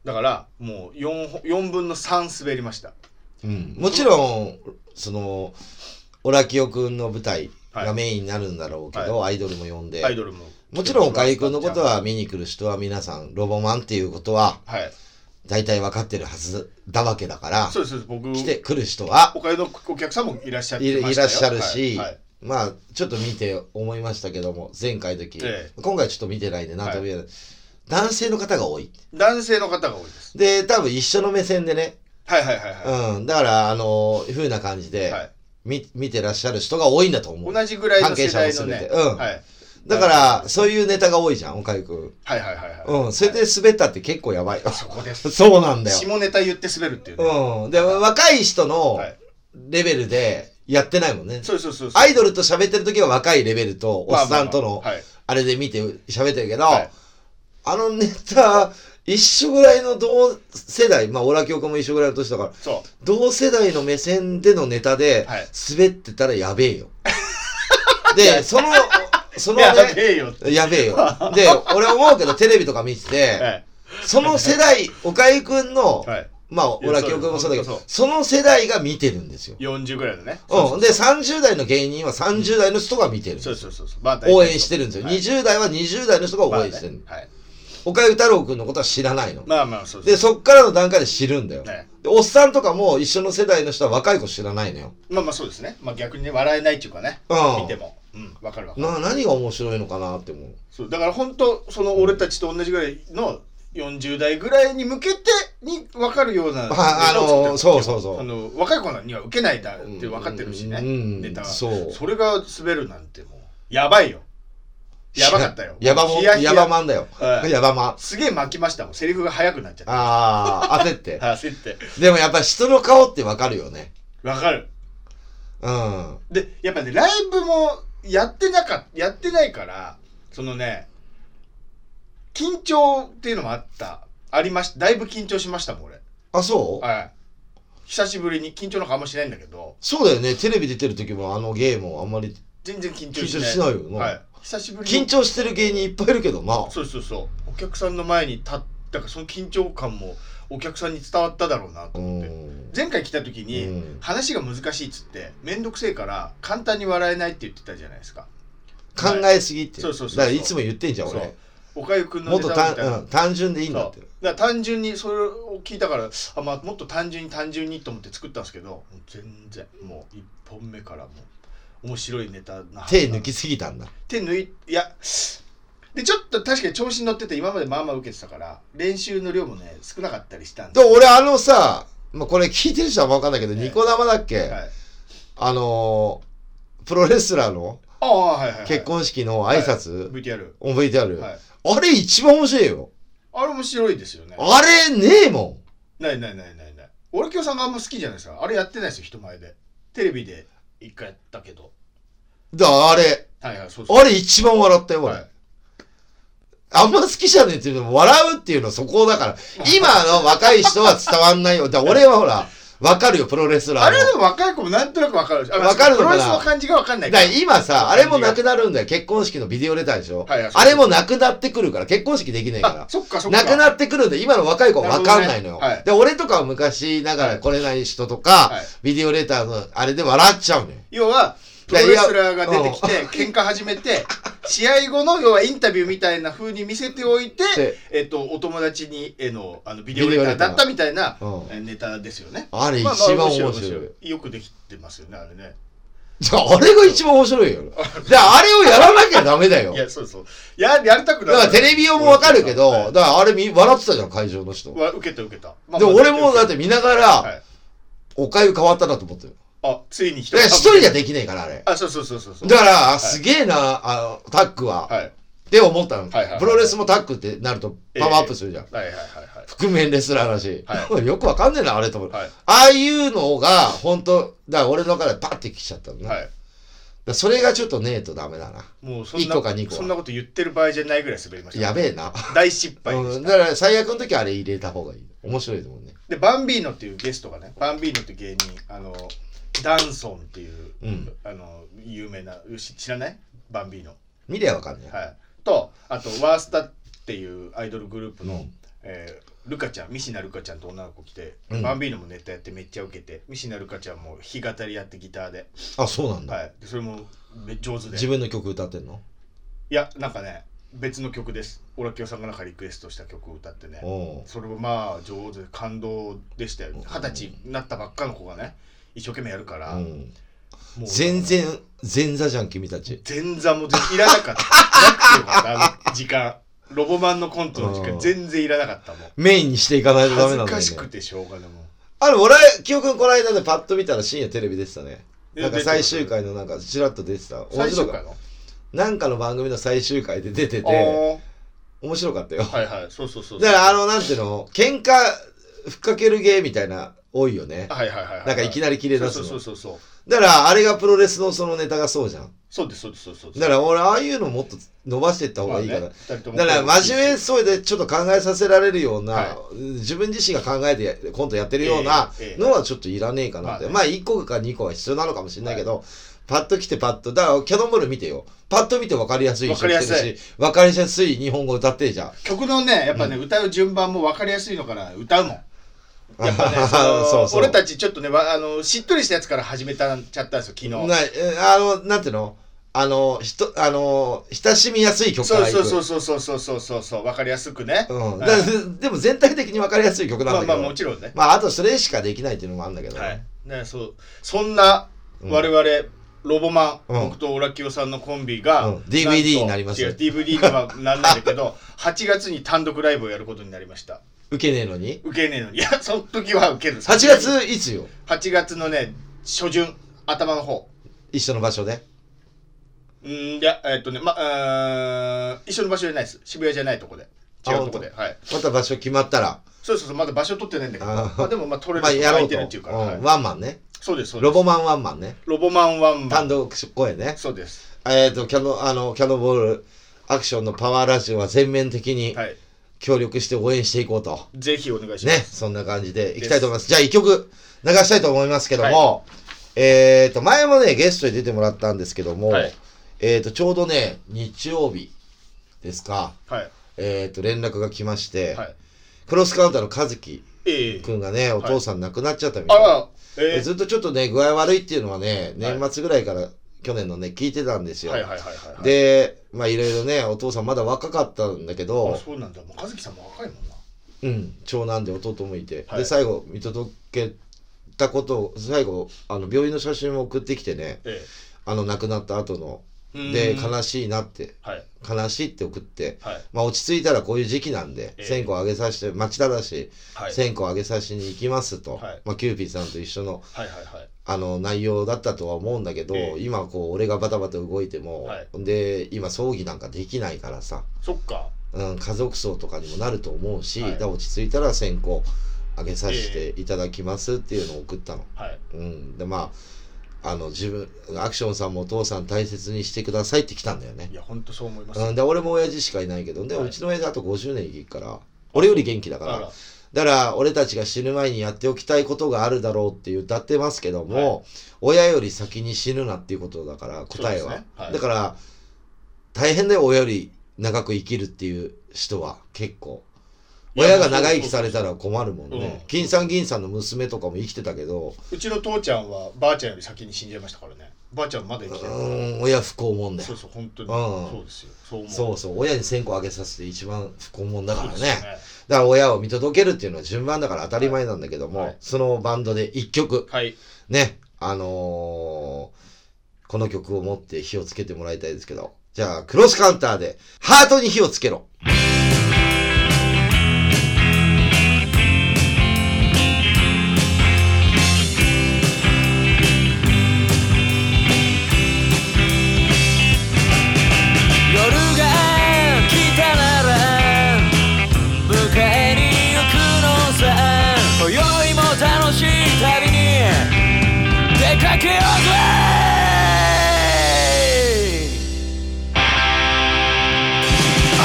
S2: だからもう 4, 4分の3滑りました
S1: うん、もちろんそのオラキオくんの舞台がメインになるんだろうけど、アイドルも呼んで、
S2: アイドルも
S1: もちろんおかゆくんのことは見に来る人は皆さんロボマンっていうことは
S2: はい
S1: 大体分かってるはずだわけだから
S2: そうですそうです僕
S1: 来てくる人は
S2: おかゆのお客さんもいらっしゃって
S1: い
S2: ま
S1: い
S2: した
S1: ら
S2: よ
S1: っしゃるし、
S2: はいはい
S1: まあちょっと見て思いましたけども前回の時、
S2: え
S1: 今回ちょっと見てないんで何とも言えない、男性の方が多い
S2: 男性の方が多いです
S1: で多分一緒の目線でね、
S2: はいはいはいは
S1: うん、だからあのふうな感じ
S2: い、
S1: で、
S2: はい、
S1: み見てらっしゃる人が多いんだと思う
S2: 同じぐらいの世代
S1: 関係
S2: の
S1: 者も
S2: ね
S1: 全てうん
S2: はい、
S1: だからそういうネタが多いじゃんおかゆくん、
S2: はいはいはいはい
S1: うん、それで滑ったって結構やばい
S2: そこで す
S1: そうなんだよ、
S2: 下ネタ言って滑るっていうね、
S1: うん、で若い人の
S2: はい
S1: レベルでやってないもんね、
S2: そうそうそうそう
S1: アイドルと喋ってる時は若いレベルとお
S2: まあ
S1: っさんとの
S2: まあまあはい
S1: あれで見て喋ってるけど、
S2: はい
S1: あのネタ、一緒ぐらいの同世代、まあ、オラキオ君も一緒ぐらいの年だから、
S2: そ
S1: 同世代の目線でのネタで
S2: はい、
S1: 滑ってたらや べえよ。で、その、そうの
S2: や
S1: ね、
S2: べえよって、
S1: やべえよ。で、俺思うけど、テレビとか見てて、
S2: は
S1: その世代、岡井くんの
S2: い、はい、
S1: まあ、オラキオ君もそうだけ
S2: そう
S1: ど
S2: そう、
S1: その世代が見てるんですよ。
S2: 40ぐらいのね
S1: うん。で、30代の芸人は30代の人が見てる。
S2: そうそうそうそう、まあ、大体
S1: 応援してるんですよ。
S2: はい
S1: 20代は20代の人が応援してる。
S2: まあねはい、
S1: 岡井太郎くんのことは知らないの。
S2: まあまあそう
S1: で、
S2: です
S1: そっからの段階で知るんだよ。
S2: ね
S1: でおっさんとかも一緒の世代の人は若い子知らないのよ。
S2: まあまあそうですねまあ逆にね笑えないっていうかね見て
S1: う
S2: もうんわかるわか
S1: ん。
S2: る
S1: な何が面白いのかなって思う。
S2: そうだから本当その俺たちと同じぐらいの40代ぐらいに向けてに分かるような
S1: はあのそうそうそう
S2: あの若い子には受けないだって分かってるしね、
S1: うんうん
S2: ネタは
S1: そう
S2: それが滑るなんてもうやばいよやばかったよ
S1: やばもん、
S2: ヒヤヒヤ
S1: やばまんだよ。
S2: はい
S1: やばまん。
S2: すげえ巻きましたもんセリフが早くなっちゃっ
S1: あー、焦って
S2: た。焦って
S1: でもやっぱ人の顔ってわかるよね。
S2: 分かる
S1: うん。
S2: でやっぱねライブもやってなかやってないからそのね緊張っていうのもあったありましただいぶ緊張しましたもん俺
S1: あ、そう
S2: はい。久しぶりに緊張なんかあんましないんだけど、
S1: そうだよね。テレビ出てる時もあのゲームをあんまり
S2: 全然緊張
S1: 緊
S2: し
S1: 張
S2: ない。
S1: しないよな。
S2: はい。久しぶり
S1: 緊
S2: に。
S1: 張してる芸人いっぱいいるけどな。
S2: そうそうそう。お客さんの前に立ったから、その緊張感もお客さんに伝わっただろうなと
S1: う
S2: 思って。
S1: ん。
S2: 前回来た時に、
S1: うん
S2: 話が難しいっつって、めんどくせえから、簡単に笑えないって言ってたじゃないですか。
S1: 考えすぎって。
S2: そうそうそうそう
S1: だからいつも言ってんじゃん、
S2: そう
S1: 俺。
S2: おかゆくんの
S1: もっ
S2: ネ
S1: と
S2: タみたい
S1: 単,、
S2: な。
S1: うん、単純でいいんだっ
S2: そう
S1: て。
S2: だから単純にそれを聞いたからあ、まあ、もっと単純に単純にと思って作ったんですけどもう全然もう1本目からもう面白いネタな
S1: 手抜きすぎたんだ。
S2: 手抜いいやでちょっと確かに調子に乗ってて今までまあまあ受けてたから練習の量もね少なかったりしたん
S1: で
S2: で、
S1: も俺あのさ、まあ、これ聞いてる人はあんま分かんないけど、
S2: ええ
S1: ニコ生だっけ、
S2: はい、
S1: あのープロレスラーの
S2: ああはいはい、はい、
S1: 結婚式の挨拶、
S2: VTR
S1: を VTR、
S2: はい
S1: あれ一番面白いよ。
S2: あれ面白いですよね。
S1: あれねえも
S2: ないないないないない。俺きょさんがあんま好きじゃないですか。あれやってないですよ、人前で。テレビで一回やったけど。
S1: ん。だからあれ、
S2: はいはい、そうそう。
S1: あれ一番笑ったよ、俺。
S2: はい
S1: あんま好きじゃねえっていうのも笑うっていうのそこだから、今の若い人は伝わんないよ。だから俺はほら、わかるよ、プロレスラーの。
S2: あれでも若い子もなんとなくわかるでしょ。あ
S1: わかるの
S2: プ
S1: かな
S2: ロレスの感じがわかんない
S1: だ
S2: か。
S1: からら今さ、あれもなくなるんだよ。結婚式のビデオレターでしょ、
S2: はいはいそう
S1: あれもなくなってくるから、結婚式できないから
S2: あ、。そっ かそっか。
S1: なくなってくるんで、今の若い子はわかんないのよ。
S2: なるほどねはい
S1: で、俺とかは昔ながら来れない人とか、
S2: はい
S1: ビデオレターのあれで笑っちゃうのよ。
S2: 要は、
S1: い
S2: プ
S1: や
S2: ロレスラーが出てきて、喧嘩始めて、試合後の、要はインタビューみたいな風に見せておいて
S1: で、
S2: えっと、お友達に、えの、あの、ビデオレターだったみたいな
S1: うん
S2: えネタですよね。
S1: あれ一
S2: まあ
S1: 番
S2: まあ
S1: 面白い。
S2: い。よくできてますよね、あれね。
S1: じゃあ、あれが一番面白い よ。で、あれをやらなきゃダメだよ
S2: い。や、そうそう。や、やりたくな
S1: だからテレビ用もわかるけど、
S2: はい
S1: だからあれみ笑ってたじゃん、会場の人。
S2: わ受けた受けた。まあ
S1: で、
S2: まあ
S1: 俺もだって見なが
S2: は
S1: ら
S2: い、
S1: おかゆ変わったなと思って る。
S2: あ、ついに一
S1: だから一人じゃできないから、あれ。
S2: あ、そうそうそうそうそう。
S1: だから、あすげえな、あの、タッグは、
S2: はい。
S1: って思ったの、
S2: はいはい
S1: プロレスもタッグってなるとパワーアップするじゃん。
S2: はいはいはい
S1: 覆面レスラーらしい。
S2: は
S1: よくわかんねえな、あれと思う。
S2: はい
S1: ああいうのが、本当だから俺の中でパッて来ちゃったのね。
S2: はい。
S1: だか
S2: はい。
S1: らそれがちょっとねえとダメだな。
S2: もうそんな
S1: 一個か二個は
S2: そんなこと言ってる場合じゃないぐらい滑りました。
S1: やべえな。
S2: 大失敗で
S1: う
S2: し
S1: ん、
S2: た。
S1: だから最悪の時はあれ入れた方がいい。面白いと思うね。
S2: で、バンビーノっていうゲストがね、バンビーノって芸人、あの、ダンソンっていう、
S1: うん
S2: あの、有名な、し知らないバンビーノ。
S1: 見りゃわかんない。
S2: はい。と、あと、ワースタっていうアイドルグループの、
S1: うん
S2: えールカちゃん、ミシナルカちゃんと女の子来て、
S1: うん
S2: バンビーノもネタやってめっちゃウケて、ミシナルカちゃんも弾き語りやってギターで、
S1: あ、そうなんだ。
S2: はい。でそれもめ上手で。
S1: 自分の曲歌ってんの
S2: いやなんかね別の曲ですオラキオさんがなんかリクエストした曲を歌ってね
S1: おう
S2: それもまあ上手で感動でしたよ
S1: ん
S2: 二十歳になったばっかの子がね一生懸命やるから、も
S1: ん。
S2: う
S1: 全然、前座じゃん、君たち。
S2: 前座も全いらな かったなくてよかったあの時間ロボマンのコントの時
S1: うん
S2: 間全然いらなかったもん
S1: メインにしていかないとダメな
S2: 恥ず
S1: んだよ、
S2: か
S1: ね。
S2: しくてしょうがないもん
S1: あれ、俺、記憶この間でパッと見たら深夜テレビ出てたね。
S2: え
S1: なんか
S2: 出てた
S1: 最終回のなんか、ちらっと出てた。面
S2: 最
S1: 白か
S2: 終回
S1: った。
S2: の
S1: なんかの番組の最終回で出て
S2: あ
S1: て、
S2: ー
S1: 面白かったよ。
S2: はいはいそうそうそう
S1: だから、あ
S2: の
S1: の、なんていうの、喧嘩、ふっかける芸みたいな、多いよね。
S2: はいはいはいはい
S1: なんかいきなり切れ出す
S2: そう
S1: の
S2: そうそうそう
S1: だから、あれがプロレスのそのネタがそうじゃん。
S2: そうですそうですそうですそうです
S1: だから、俺、ああいうのもっと伸ばしていった方
S2: まあ
S1: がい
S2: ね
S1: いから。
S2: 二人とも
S1: だから真面目そうでちょっと考えさせられるような、
S2: は
S1: 自分自身が考えてやコントやってるような
S2: ええええ
S1: のはちょっといらねえかなって、
S2: まあね
S1: まあ1個か2個は必要なのかもしれないけど、パッと来てパッとだからキャノンボール見てよパッと見て分かりやすい
S2: 分かりやすい
S1: 人来てるし分かりやすい日本語歌ってるじゃん
S2: 曲のねやっぱね、歌う順番も分かりやすいのから歌うもんやっぱねそ の
S1: そうそう
S2: 俺たちちょっとねわあのしっとりしたやつから始めたんちゃったんですよ昨日
S1: なえあのなんていうのあのひとあの親しみやすい曲か
S2: そう
S1: らいく
S2: そうそうそうそうそうそうそうそう分かりやすくね、
S1: うん、だからでも全体的に分かりやすい曲なんだ
S2: まあ
S1: けど、
S2: まあもちろんね
S1: まああとそれしかできないっていうのもあるんだけど、
S2: はいねそうそんな我々、ロボマン、
S1: うん
S2: 僕とオラキオさんのコンビが、
S1: うん DVD になります
S2: よ DVD にはなんないんだけど 8月に単独ライブをやることになりました
S1: 受けねえのに
S2: 受けねえのにいやその時は受ける
S1: 8月いつよ
S2: 8月のね初旬頭の方
S1: 一緒の場所で
S2: うんいやえっとねまあ一緒の場所じゃないです渋谷じゃないとこで
S1: あ
S2: 違うとこではい
S1: また場所決まったら、
S2: そうそうそうまだ場所取ってないんだけど
S1: あー
S2: まあでもまあ取れ
S1: まあ
S2: る
S1: や
S2: 空
S1: ろ
S2: いう
S1: と。
S2: て
S1: う
S2: るっていうから、はい
S1: んワンマンね。
S2: そうですそうです
S1: ロボマンワンマンね。
S2: ロボマンワンマ
S1: 単
S2: ン
S1: 独公演ね。
S2: そうです
S1: えっ、と、キャノ、あの、キャノンボールアクションのパワーラジオは全面的に
S2: はい
S1: 協力して応援していこうと。
S2: ぜひお願いしま
S1: ね。
S2: す、
S1: そんな感じでいきたいと思います。じゃあ一曲流したいと思いますけども、えっ、と、前もね、ゲストに出てもらったんですけども、
S2: はい
S1: えっ、と、ちょうどね、日曜日ですか、
S2: はい
S1: えっ、と、連絡が来まして、
S2: はい
S1: クロスカウンターの和樹
S2: ええ
S1: くんがね、お父さん亡くなっちゃったみた
S2: あ
S1: いな。
S2: らえ
S1: え
S2: え
S1: ずっとちょっとね具合悪いっていうのはね年末ぐらいから去年のね聞いてたんですよ、
S2: はいはいはいはいはい
S1: でまあいろいろねお父さんまだ若かったんだけ
S2: あ
S1: ど
S2: そうなんだもう和樹さんも若いもんな
S1: うん長男で弟もいて、
S2: はい
S1: で最後見届けたことを最後あの病院の写真を送ってきてね
S2: え
S1: あの亡くなった後の
S2: え
S1: で
S2: うーん
S1: 悲しいなって
S2: はい
S1: 悲しいって送って
S2: はい
S1: まあ落ち着いたらこういう時期なんで、
S2: ええ
S1: 線香あげさせて町田だし、
S2: はい
S1: 線香あげさせに行きますと、
S2: はい
S1: まあ、キューピーさんと一緒の
S2: はいはいはい
S1: あの内容だったとは思うんだけど、
S2: ええ
S1: 今こう俺がバタバタ動いても、
S2: はい
S1: で今葬儀なんかできないからさ
S2: そっか
S1: うん、家族葬とかにもなると思うし、
S2: はい
S1: だから落ち着いたら線香あげさせていただきますっていうのを送ったの。
S2: はい
S1: うん、でまああの自分アクションさんもお父さん大切にしてくださいって来たんだよね
S2: い。や本当そう思います、
S1: うん、で俺も親父しかいないけどで、
S2: はいう
S1: ちの親父あと50年生きるから俺より元気だから
S2: あ
S1: だ
S2: ら
S1: から俺たちが死ぬ前にやっておきたいことがあるだろうって歌ってますけども、親より先に死ぬなっていうことだから答え
S2: そう
S1: は、
S2: ですねはい
S1: だから大変だよ親より長く生きるっていう人は結構
S2: いや
S1: 親が長生きされたら困るもんね、
S2: うん
S1: 金さん銀さんの娘とかも生きてたけど
S2: うちの父ちゃんはばあちゃんより先に死んじゃいましたからねばあちゃんまだ
S1: う
S2: 生きてる、
S1: ーん親不幸もんだ
S2: そ
S1: よ
S2: うそう本当に、
S1: うん
S2: そうですよそう思う
S1: そうそう親に線香あげさせて一番不幸もんだから
S2: そう
S1: ね
S2: ですよ
S1: だから親を見届けるっていうのは順番だから当たり前なんだけども、
S2: はい
S1: そのバンドで一曲、
S2: はい
S1: ね、あのーこの曲を持って火をつけてもらいたいですけど、じゃあクロスカウンターで、ハートに火をつけろ。
S3: 夜が来たなら迎えに行くのさ今宵も楽しい旅に出かけようぜ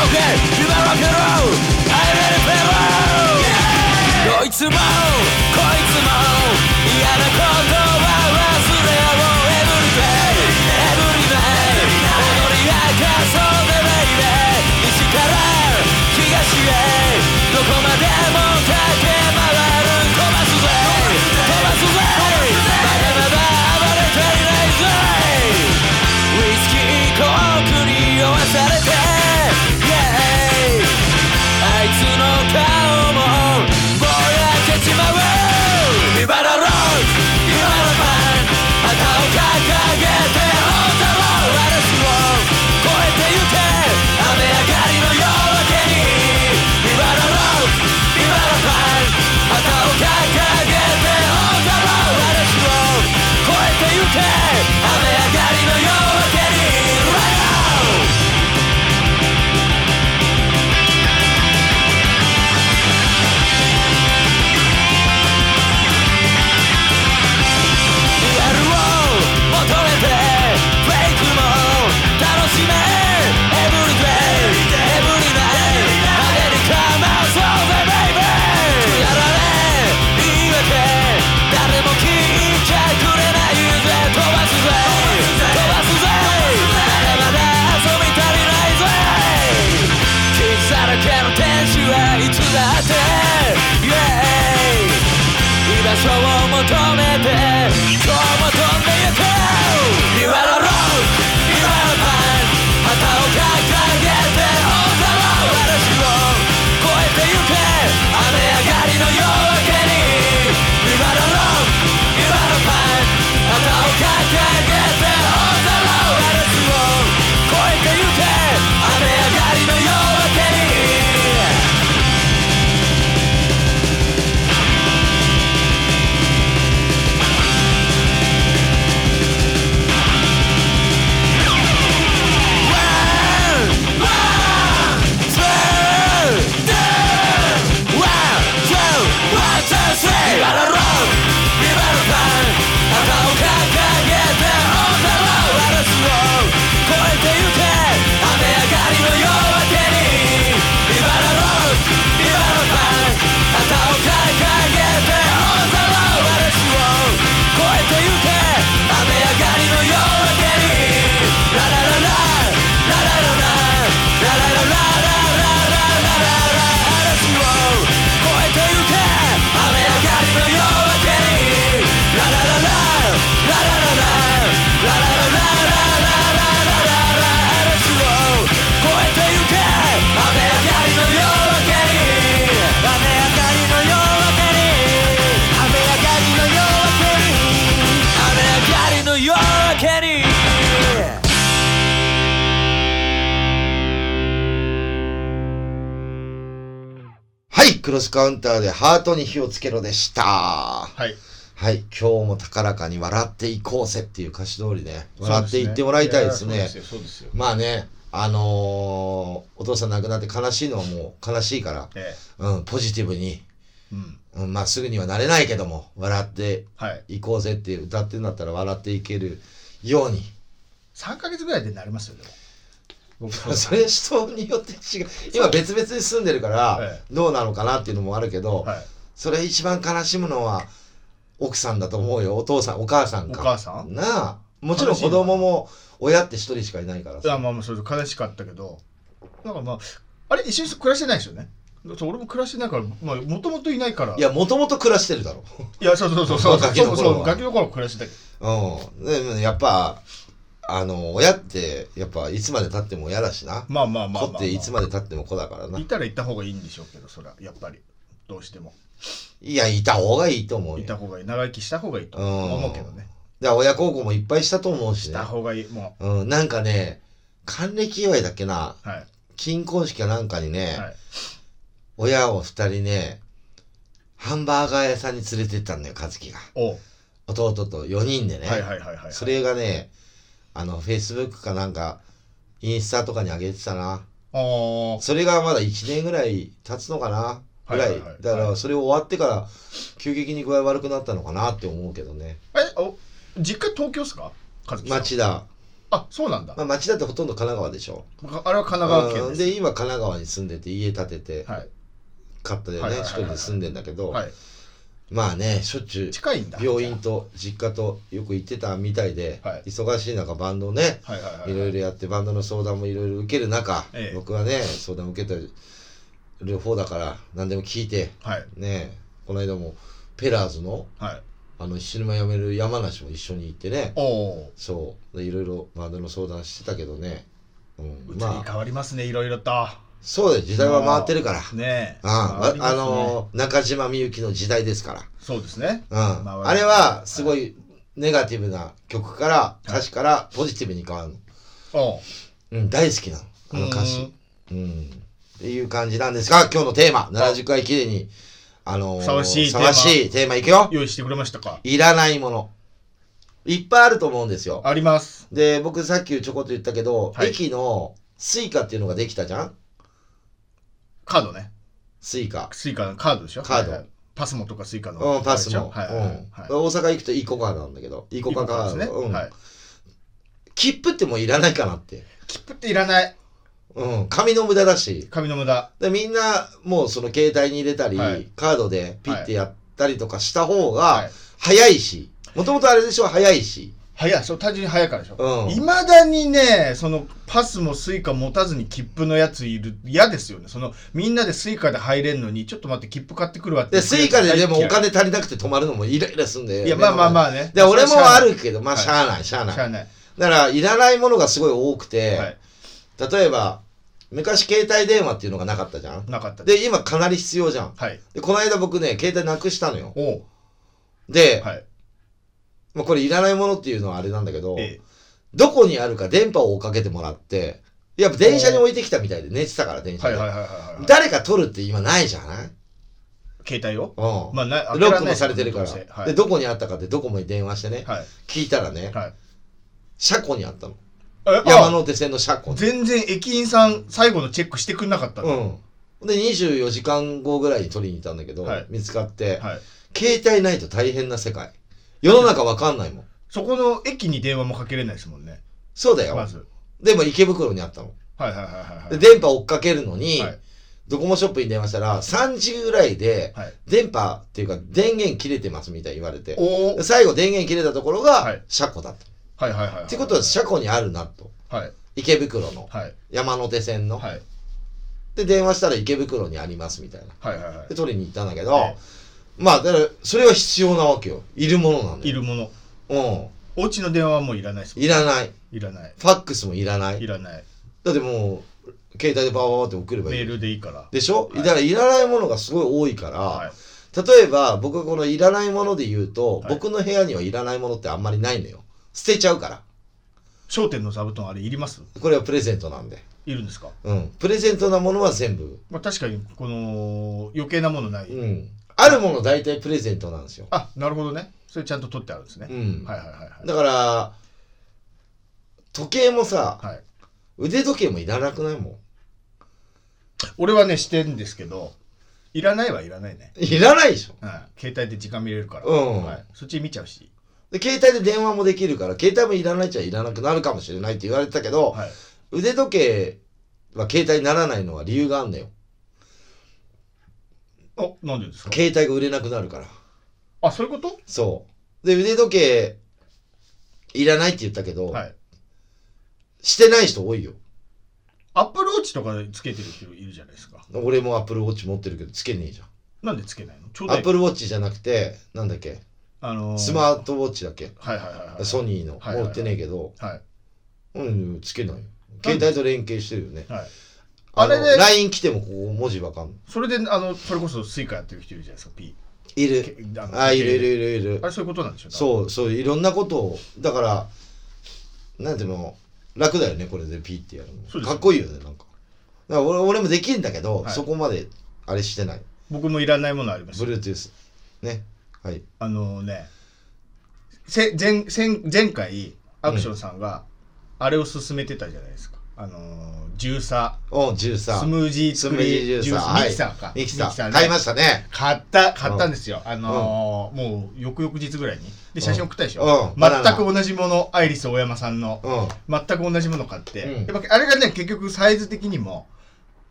S3: Okay, you are rock and roll. I'm ready for roll. こいつもこいつも嫌なことは忘れよう Everyday, everyday 踊り明かそうぜ baby 西から東へどこまでも駆け回る飛ばすぜ飛ばすぜまだまだ暴れ足りないぜウイスキーコークに酔わされて Yeah あいつの 顔もぼやけちまう Viva the rock! 今のパン旗を掲げて大太郎嵐を越えてゆけ雨上がりの夜明けに Viva the rock! 今のパン旗を掲げて大太郎嵐を越えてゆけ雨上がりの夜明けに Right now! リアルを求めてブレイクも楽しめ Everyday, everyday 派手にかまそうぜ baby くだらねえ言い訳誰も聞いちゃくれないぜ飛ばすぜ飛ばすぜまだまだ遊び足りないぜ傷だらけの天使はいつだってイエーイ居場所を求めて今日も飛んでゆこう You are the road, you are the man 旗を掲げて大空を嵐を越えてゆけ雨上がりの夜明けに You are the road, you are the man 旗を掲げて大空を嵐を越えてゆけ雨上がりの夜明けに
S1: はい、クロスカウンターでハートに火をつけろでした。は
S2: はい
S1: い、今日も高らかに笑っていこうぜっていう歌詞通りね、笑っていってもらいたいですね。
S2: そうですよそうですよ
S1: まあね、あのーお父さん亡くなって悲しいのはもう悲しいから、
S2: え
S1: うん、ポジティブに、
S2: えうん
S1: うん、まあすぐにはなれないけども、笑って
S2: はい
S1: いこうぜって歌ってんだったら笑っていけるように。
S2: 3か月ぐらいでなりますよね 僕
S1: それ人によって違う。今別々に住んでるから
S2: え、
S1: どうなのかなっていうのもあるけど、
S2: はい
S1: それ一番悲しむのは奥さんだと思うよ。お父さん、お母さん
S2: お
S1: か。
S2: 母さん
S1: なあ。もちろん子供も親って一人しかいないから
S2: い
S1: さ。
S2: やまあまあそれ悲しかったけどなんかまああれ一緒に暮らしてないですよねそう俺も暮らしてないからまあもともといないから
S1: いや、もともと暮らしてるだろ。
S2: いやそうそうそうそう
S1: ガ
S2: そう
S1: キの
S2: そう
S1: 頃は
S2: ガキの頃暮らしてた
S1: うん。でもやっぱ、あの、親って、やっぱいつまで経っても親だしな。
S2: まあまあまあまあ、
S1: 子っていつまで経っても子だからな。
S2: いたら行った方がいいんでしょうけどそれはやっぱりどうしても
S1: いや、いた方がいいと思う
S2: いた
S1: よ。
S2: 方がいい長生きした方がいいと
S1: うん
S2: 思うけどね
S1: で、親孝行もいっぱいしたと思うし
S2: し
S1: ね
S2: た。方がいいも
S1: うん、なんかね、還暦祝いだっけな、
S2: うはい
S1: 金婚式かなんかにね、
S2: はい
S1: 親を二人ね、ハンバーガー屋さんに連れてったんだよ、和樹が。
S2: おう
S1: 弟と4人でね。
S2: はいはいはいはい
S1: それがね、あの、Facebook かなんか、インスタとかに上げてたな。
S2: あー
S1: それがまだ1年ぐらい経つのかなぐらい。
S2: はいはいはい
S1: だか
S2: は
S1: ら、
S2: い
S1: それ終わってから、急激に具合悪くなったのかなって思うけどね。
S2: えお実家東京っすか和樹さん
S1: 町田。
S2: あそうなんだ、
S1: まあ、町田ってほとんど神奈川でしょ。
S2: あ、れは神奈川
S1: うん
S2: 県です
S1: で、今、神奈川に住んでて、家建てて、
S2: はい
S1: 買ったよ
S2: はい
S1: ね。
S2: はい
S1: 一
S2: はい
S1: 人
S2: はい
S1: で住んでんだけど、
S2: はい
S1: まあね、しょっちゅう。
S2: 近いんだ
S1: 病院と実家とよく行ってたみたいで、
S2: はい
S1: 忙しい中バンドをね、
S2: はいはいはい
S1: いろいろやってバンドの相談もいろいろ受ける中、
S2: ええ
S1: 僕はね相談受けてる方だから何でも聞いて
S2: はい
S1: ねこの間もペラーズの
S2: はい
S1: あの死ぬ間辞める山梨も一緒に行ってね
S2: おお
S1: そうでいろいろバンドの相談してたけどね、う、
S2: うんちに
S1: まあ
S2: 変わりますねいろいろと
S1: そうだよ時代は回ってるから。
S2: ねえ
S1: あ
S2: 変わりま
S1: あ
S2: すね
S1: の中島みゆきの時代ですから
S2: そうですね
S1: うん、
S2: まあ
S1: あれはすごいネガティブな曲から歌詞からポジティブに変わるの、
S2: おう
S1: うん、大好きなのあの歌
S2: う
S1: 詞
S2: ん
S1: うん、っていう感じなんですが今日のテーマ70回きれいにあのー
S2: ふさわしい
S1: ふさわしいテーマいくよ
S2: 用意してくれましたか
S1: いらないものいっぱいあると思うんですよ
S2: あります
S1: で僕さっきちょこっと言ったけど、
S2: はい
S1: 駅のスイカっていうのができたじゃん
S2: カードね
S1: スイカ
S2: スイカのカードでしょ
S1: カード
S2: はいはいパスモとかスイカの
S1: うん、パスも、
S2: はいはいはい
S1: うん、大阪行くとイコカなんだけどイコカカード、
S2: ですね
S1: うん
S2: はい
S1: 切符ってもういらないかなって
S2: 切符っていらない
S1: うん、紙の無駄だし、
S2: 紙の無駄
S1: でみんなもうその携帯に入れたり、
S2: はい
S1: カードでピッてやったりとかした方
S2: は
S1: が
S2: い
S1: 早いし、もともとあれでしょ、早いし。
S2: 早いそう単純に早いからでし
S1: う
S2: ょ
S1: ん
S2: いまだにねそのパスもスイカ持たずに切符のやついる嫌ですよねそのみんなでスイカで入れんのにちょっと待って切符買ってくるわって
S1: で、スイカででもお
S2: 嫌い
S1: 金足りなくて止まるのもイライラすんで。
S2: いやまあまあま
S1: あ。
S2: あね
S1: で、俺もあ
S2: し
S1: るけど、まあ、
S2: はい
S1: しゃあない、しゃあ
S2: ゃ
S1: な
S2: あないしゃあ
S1: い。
S2: ない
S1: だから、いらないものがすごい多くて、
S2: はい
S1: 例えば、昔携帯電話っていうのがなかったじゃん。
S2: なかったです
S1: で、今かなり必要じゃん。
S2: はい
S1: で、この間僕ね、携帯なくしたのよ。
S2: おう
S1: で、
S2: はい
S1: まあ、これいらないものっていうのはあれなんだけど、
S2: ええ
S1: どこにあるか電波を追っかけてもらって、やっぱ電車に置いてきたみたいで、寝てたから電車
S2: はい
S1: で。
S2: はいはいはいはい
S1: 誰か取るって今ないじゃない
S2: 携帯を
S1: うん。
S2: まあな
S1: ロッ
S2: 開か
S1: ク
S2: な
S1: も
S2: い
S1: されてるから、
S2: どうせはい
S1: で、どこにあったかってドコモに電話してね、
S2: はい
S1: 聞いたらね、
S2: はい
S1: 車庫にあったの。
S2: え
S1: 山手線の車庫
S2: あ
S1: に。
S2: 全然駅員さん最後のチェックしてくれなかったんだ
S1: うん。で、24時間後ぐらいに取りに行ったんだけど、
S2: はい
S1: 見つかって、
S2: はい
S1: 携帯ないと大変な世界。世の中わかんないもん。
S2: そこの駅に電話もかけれないですもんね
S1: そうだよ。
S2: まず
S1: でも池袋にあったの。
S2: はいはいはいはいは
S1: で、
S2: い
S1: 電波追っかけるのに、
S2: はい
S1: ドコモショップに電話したら、3時ぐらいで、
S2: はい
S1: 電波っていうか電源切れてますみたいに言われて、
S2: おお
S1: 最後電源切れたところ
S2: は
S1: が
S2: い
S1: 車庫だった。
S2: はいはいはい
S1: ってことは車庫にあるなと。
S2: はい
S1: 池袋の、
S2: はい
S1: 山手線の。
S2: はい
S1: で、電話したら池袋にありますみたいな。
S2: はいはいは
S1: で、取りに行ったんだけど、
S2: はい
S1: まあ、だから、それは必要なわけよ。いるものなんだ
S2: いい
S1: よ。
S2: るもの
S1: うん。
S2: お家の電話はもういらないですもん
S1: いらない。
S2: いらない
S1: ファックスもいらない。
S2: いらない
S1: だってもう、携帯でバーバーバーって送れば
S2: メ
S1: い
S2: ー
S1: い。
S2: ルでいいから
S1: でしょ、
S2: はい
S1: だから、いらないものがすごい多いから、
S2: はい
S1: 例えば僕はこのいらないもので言うと、
S2: はい
S1: 僕の部屋にはいらないものってあんまりないのよ捨てちゃうから
S2: 商店の座布団あれいります
S1: これはプレゼントなんで
S2: いるんですか
S1: うんプレゼントなものは全部
S2: まあ確かにこの余計なものない
S1: うんあるもの大体プレゼントなんですよ、
S2: あなるほどねそれちゃんと取ってあるんですね
S1: うん
S2: はいはいはいはい
S1: だから時計もさ
S2: はい
S1: 腕時計もいらなくないも
S2: 俺はねしてんですけどいらないはいらないね、
S1: ん。いらないでしょ。
S2: うん、携帯で時間見れるから、
S1: うん
S2: はい、そっち見ちゃうし、
S1: で、携帯で電話もできるから、携帯もいらないっちゃいらなくなるかもしれないって言われてたけど、
S2: はい、
S1: 腕時計は携帯にならないのは理由があんだよ。
S2: おなんでですか
S1: 携帯が売れなくなるから。
S2: あそういうこ
S1: そう。で、腕時計いらないって言ったけど、
S2: とはい
S1: してない人多いよ。
S2: アップルウォッチとかつけてる人いるじゃないですか
S1: 俺もアップルウォッチ持ってるけど、つけねえじゃん。
S2: なんでつけないのちょう
S1: ア
S2: だ
S1: ッ
S2: い
S1: プルウォッチじゃなくて、なんだっけ、
S2: あのー
S1: スマートウォッチだっけ、
S2: はいはいはいはい
S1: ソニーの。
S2: はいはいはい
S1: 持ってねえけど、
S2: はい
S1: うん、つけないよ。携帯と連携してるよね。
S2: はい
S1: あ
S2: あ
S1: れ
S2: れ
S1: で
S2: で
S1: LINE 来てもこう文字わかんない。
S2: それであのそれこそスイカやってる人いるじゃないですかピ
S1: い
S2: け
S1: る。
S2: あの
S1: あ、いるいるいるいる
S2: あ。れそういうことなんでしょう
S1: そうそう、いろんなことを、だから、なんていうの、楽だよね、これでピーってやる
S2: そう
S1: の。
S2: で
S1: か
S2: す
S1: っこいいよね、なんか。だから俺俺もできるんだけど、
S2: はい
S1: そこまであれしてない。
S2: 僕もいらないものありますよ
S1: Bluetooth。ね。はい。
S2: あのねせ前前前回アクションさんがあれを勧めてたじゃないですか、あのージューサ
S1: お13。
S2: ースムージー
S1: ス
S2: 作
S1: ムージ
S2: り
S1: ージューサー。
S2: ミキサーか
S1: はいミキサ
S2: ミキサー
S1: ー。
S2: ね
S1: 買いましたね。
S2: 買った買ったんですよ、あのーもう翌々日ぐらいにで写真送ったでしょ、
S1: うんバナナ
S2: 全く同じものアイリス大山さんの
S1: うん。
S2: 全く同じもの買って、
S1: うん
S2: やっぱあれがね結局サイズ的にも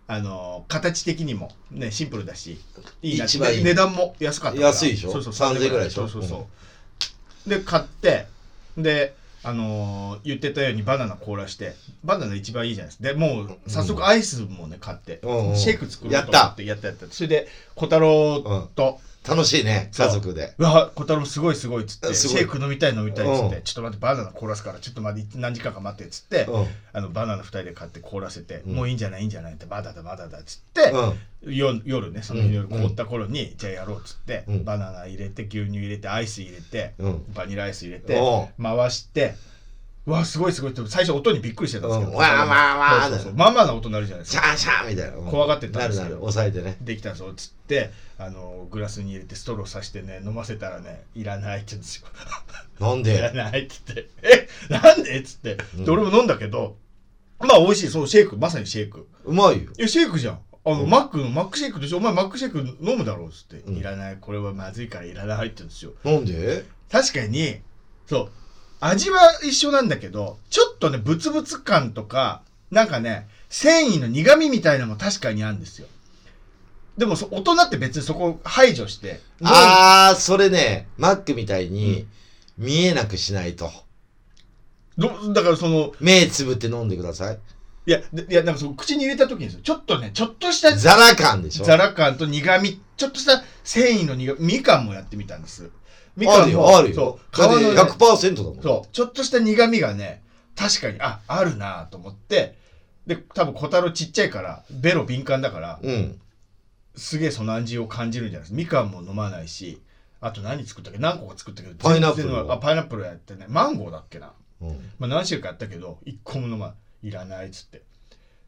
S2: あのー形的にもねシンプルだしいいな
S1: 一番いい
S2: で値段も安かったから
S1: 安いでしょ
S2: そうそう
S1: 3000ぐらいでしょ
S2: そうそうそう、で買ってであのー言ってたようにバナナ凍らしてバナナ一番いいじゃないですかでもう早速アイスもね買って、
S1: うんうん
S2: シェイク作ろうと思ってやったやったそれで小太郎と、
S1: 楽しいね、
S2: そう
S1: 家族で。
S2: うわ小太郎すごいすごいっつって
S1: あす
S2: シ
S1: ごい
S2: ェイク飲みたい飲みたいっつって、
S1: うん
S2: ちょっと待ってバナナ凍らすからちょっと待って何時間か待ってっつって、
S1: うん。
S2: あのバナナ2人で買って凍らせて、
S1: うん
S2: もういいんじゃないいいんじゃないってまだだまだだっつって、夜夜ねその日の夜
S1: うん
S2: 凍った頃に、じゃあやろうっつって、
S1: うん
S2: バナナ入れて牛乳入れてアイス入れて、
S1: うん
S2: バニラアイス入れて
S1: おう
S2: 回してうわすごいすごいって最初音にびっくりしてたんですけど、
S1: うんわーわーわー
S2: そうそうそうまあまあな音なるじゃないです
S1: シ
S2: か
S1: ャンシャンみたいな。うん
S2: 怖がってたんです
S1: な
S2: けど
S1: るなる、抑えてね。
S2: できたぞっつってあのグラスに入れてストローさしてね飲ませたらねいらないって言うんですよ
S1: なん
S2: いら
S1: で
S2: ないっつって「えなんで?」っつってで俺も飲んだけどまあ美味しいそうシェイクまさにシェイク
S1: うまいよ。
S2: いやシェイクじゃんあの、マックのマックシェイクでしょお前マックシェイク飲むだろうっつって、
S1: ん
S2: いらないこれはまずいからいらないって言うんですよ
S1: なんで
S2: 確かにそう味は一緒なんだけどちょっとねブツブツ感とかなんかね繊維の苦味みたいなのも確かにあるんですよでもそ大人って別にそこを排除して
S1: あー、それね、マックみたいに見えなくしないと。
S2: どだからその
S1: 目つぶって飲んでください。
S2: いやでいやなんかその口に入れた時にですよちょっとねちょっとした
S1: ザラ感でしょ
S2: ザラ感と苦味ちょっとした繊維の苦みみかんもやってみたんですみ
S1: あ
S2: か
S1: る
S2: ん
S1: よ、
S2: も
S1: あるよ
S2: そ。う皮
S1: だっ
S2: の
S1: て
S2: ね、
S1: 100%だもん。
S2: そうちょっとした苦みがね確かにああるなと思ってで多分小太郎ちっちゃいからベロ敏感だから
S1: うん。
S2: すげえその味を感じるんじゃないですかみかんも飲まないしあと何作ったっけ何個か作ったけど
S1: パイナップル
S2: 全然飲まないあパイナップルやってねマンゴーだっけな、
S1: うん。
S2: まあ、何種類かやったけど一個も飲まないいらないっつってっ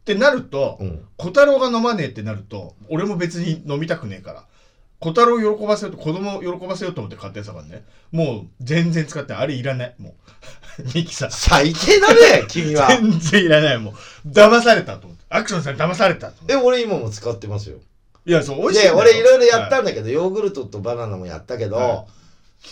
S2: てなると、
S1: うん。
S2: 小太郎が飲まねえってなると俺も別に飲みたくねえから小太郎を喜ばせようと子供を喜ばせようと思って買ったやつだからねもう全然使ってないあれいらないもうミキサー
S1: 最低だ ね、君は。
S2: 全然いらないもう騙されたと思ってアクションさんに騙されたと思って
S1: え、俺今も使ってますよ。
S2: いやそう美味しいんだ
S1: で、
S2: よ
S1: 俺いろいろやった
S2: は
S1: んだけど、ヨーグルトとバナナもやったけど、
S2: は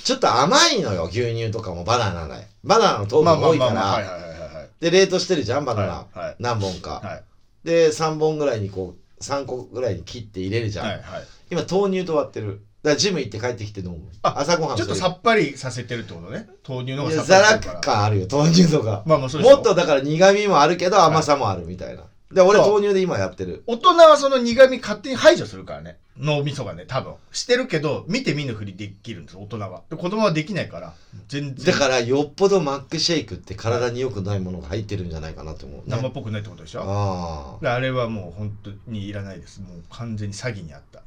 S1: ちょっと甘いのよ、牛乳とかもバナナない。バナナの糖
S2: いまあ
S1: 分
S2: まあ
S1: 多い
S2: ま
S1: か
S2: あまあはい
S1: ら、
S2: はいはいはい
S1: で、冷凍してるじゃん、バナナ。
S2: はいはい
S1: 何本か、
S2: はい
S1: で、3本ぐらいにこう、3個ぐらいに切って入れるじゃん。
S2: はいはい
S1: 今、豆乳と割ってる。だからジム行って帰ってきて飲む。
S2: あ
S1: 朝ごはん
S2: ちょっとさ
S1: っ
S2: っぱりさせてるってことね豆乳の方
S1: い
S2: が
S1: や、
S2: さ
S1: ザ
S2: っぱ
S1: ラ
S2: りしてるから
S1: 感あるよ、豆乳とか。
S2: まあまあそうでしょ
S1: もっとだから苦味もあるけど、甘さもあるみたいな。で、俺
S2: そう
S1: 豆乳で今やってる。
S2: 大人はその苦味勝手に排除するからね脳みそがね多分してるけど見て見ぬふりできるんです大人はで子供はできないから全
S1: だ
S2: 然
S1: から、よっぽどマックシェイクって体に良くないものが入ってるんじゃないかなと思う、ね。
S2: 生っぽくないってことでしょ
S1: ああ。
S2: であれはもう本当にいらないですもう完全に詐欺にあった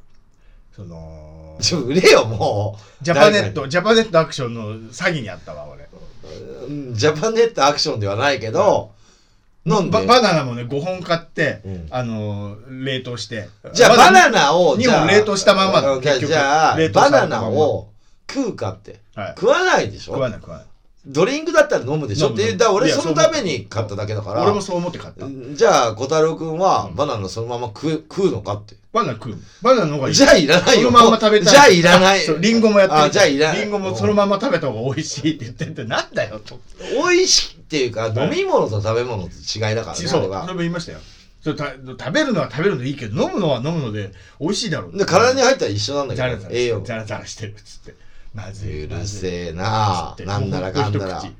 S2: その
S1: ちょ、売れよ、も
S2: ジャパネットジャパネットアクションの詐欺にあったわ俺
S1: ううん。ジャパネットアクションではないけど、なんで
S2: ババナナもね5本買って、
S1: うん
S2: あのー冷凍して
S1: じゃあ、
S2: まだ
S1: バナナを、
S2: 日
S1: じゃあ
S2: 本冷凍したまんまだ
S1: うんじゃあ
S2: 結局
S1: じゃあ
S2: 冷凍
S1: バ
S2: され
S1: ナ
S2: たまんま
S1: ナを食うかって。
S2: はい
S1: 食わないでしょ
S2: 食わない食わない
S1: ドリンクだったら飲むでしょ
S2: 飲
S1: っ
S2: む
S1: て言ったら俺
S2: いや
S1: そのために買っただけだから
S2: 俺もそう思って買った
S1: じゃあ小太郎くんは
S2: うん
S1: バナナそのまま食う食うのかって
S2: バナナ食うバナナの方がいい
S1: じゃあいらないよ
S2: そのまんま食べたい
S1: じゃあいらない
S2: そうリンゴもやってる
S1: あじゃあいらない
S2: リンゴもそのまんま食べた方が美味しいって言ってんでなんだよと
S1: 美味しいっていうか
S2: はい
S1: 飲み物と食べ物と違いだからね
S2: そ
S1: あ
S2: う
S1: れ
S2: それ
S1: は
S2: も言いましたよそうた食べるのは食べるのでいいけど飲むのは飲むので美味しいだろう
S1: で体に入ったら一緒なんだ
S2: ザラ
S1: け
S2: ザ
S1: ど
S2: ラ
S1: 栄養
S2: ザラザラしてるっつってまずいうま
S1: る
S2: ずい
S1: せえ
S2: っ
S1: な
S2: て
S1: なんならかんだら
S2: もう一口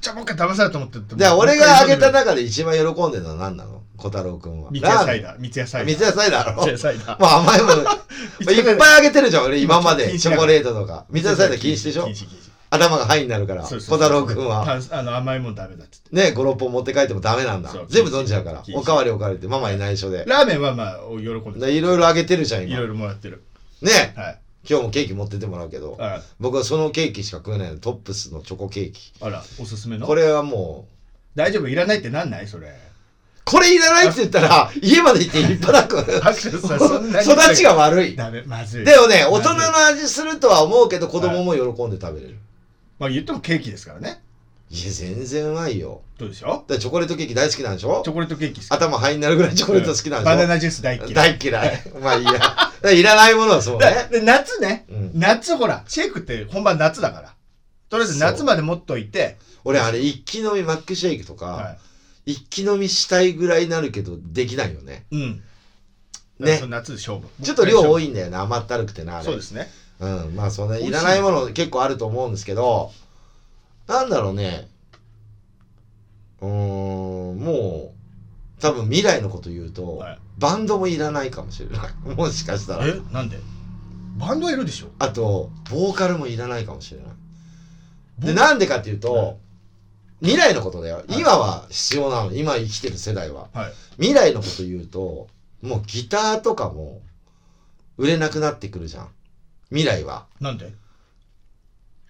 S2: じゃあ僕は騙されたと思って
S1: で俺があげた中で一番喜んでるのは何なの小太郎くんは
S2: 三ツ矢
S1: ラー
S2: サ
S1: メ
S2: イ
S1: ン
S2: ダー三ツ矢サイダー
S1: 三ツ矢サイダーだろ
S2: 三ツ矢サイダー
S1: まあ甘い ものまあいっぱいあげてるじゃん俺今ま
S2: 禁
S1: で
S2: 止
S1: チョコレートとか三ツ矢サイダー禁止でしょ
S2: 禁止禁止
S1: 頭がハイになるから
S2: そ
S1: 小
S2: うそう
S1: 太郎くんは
S2: 炭あの甘いもんダメだっつって
S1: ね56本持って帰ってもダメなんだ
S2: そう
S1: 全部飲んじゃうから
S2: 禁止
S1: おかわりおかわりってママいないしょで
S2: ラーメンはまあお喜んで
S1: でいろいろあげてるじゃん
S2: いろい
S1: 今
S2: ろもらってる
S1: ね
S2: はい
S1: 今日もケーキ持ってってもらうけど
S2: あ
S1: 僕はそのケーキしか食えないのトップスのチョコケーキ
S2: あらおすすめの
S1: これはもう
S2: 大丈夫いらないってなんないそれ
S1: これいらないって言ったら家まで行って引っ張らく
S2: 拍手さそんなに
S1: 育ちが悪い
S2: ダメまずい
S1: でもね大
S2: まず
S1: 人
S2: い
S1: の味するとは思うけど子供も喜んで食べれる
S2: まあ言ってもケーキですからね
S1: いや全然うまいよ
S2: どうでしょ
S1: だからチョコレートケーキ大好きなんでしょ
S2: うチョコレートケーキ好き
S1: 頭灰になるぐらいチョコレート好きなんでしょ
S2: バナナジュース大嫌い
S1: 大嫌い。まあいいや。 だからいらないものはそう
S2: だ
S1: ね。
S2: で夏ね、
S1: うん
S2: 夏ほらシェイクって本番夏だからとりあえず夏まで持っといて、
S1: 俺あれ一気飲みマックシェイクとか、
S2: は
S1: 一気飲みしたいぐらいになるけどできないよね。
S2: い、うん
S1: ね
S2: その夏で勝負
S1: ちょっと量多
S2: い
S1: いんだよね甘ったるくてなあれ。
S2: そうですね
S1: うん。まあそんな
S2: 美味し
S1: い
S2: い
S1: らないもの結構あると思うんですけど、なんだろうね。うーんもう多分未来のこと言うと、
S2: はい
S1: バンドもいらないかもしれない。 もしかしたら。
S2: えなんでバンドはいるでしょ
S1: あとボーカルもいらないかもしれない。
S2: ボ
S1: で
S2: ー
S1: なんでかっていうと、
S2: はい
S1: 未来のことだよ今は必要なの今生きてる世代は
S2: はい
S1: 未来のこと言うともうギターとかも売れなくなってくるじゃん未来は
S2: なんで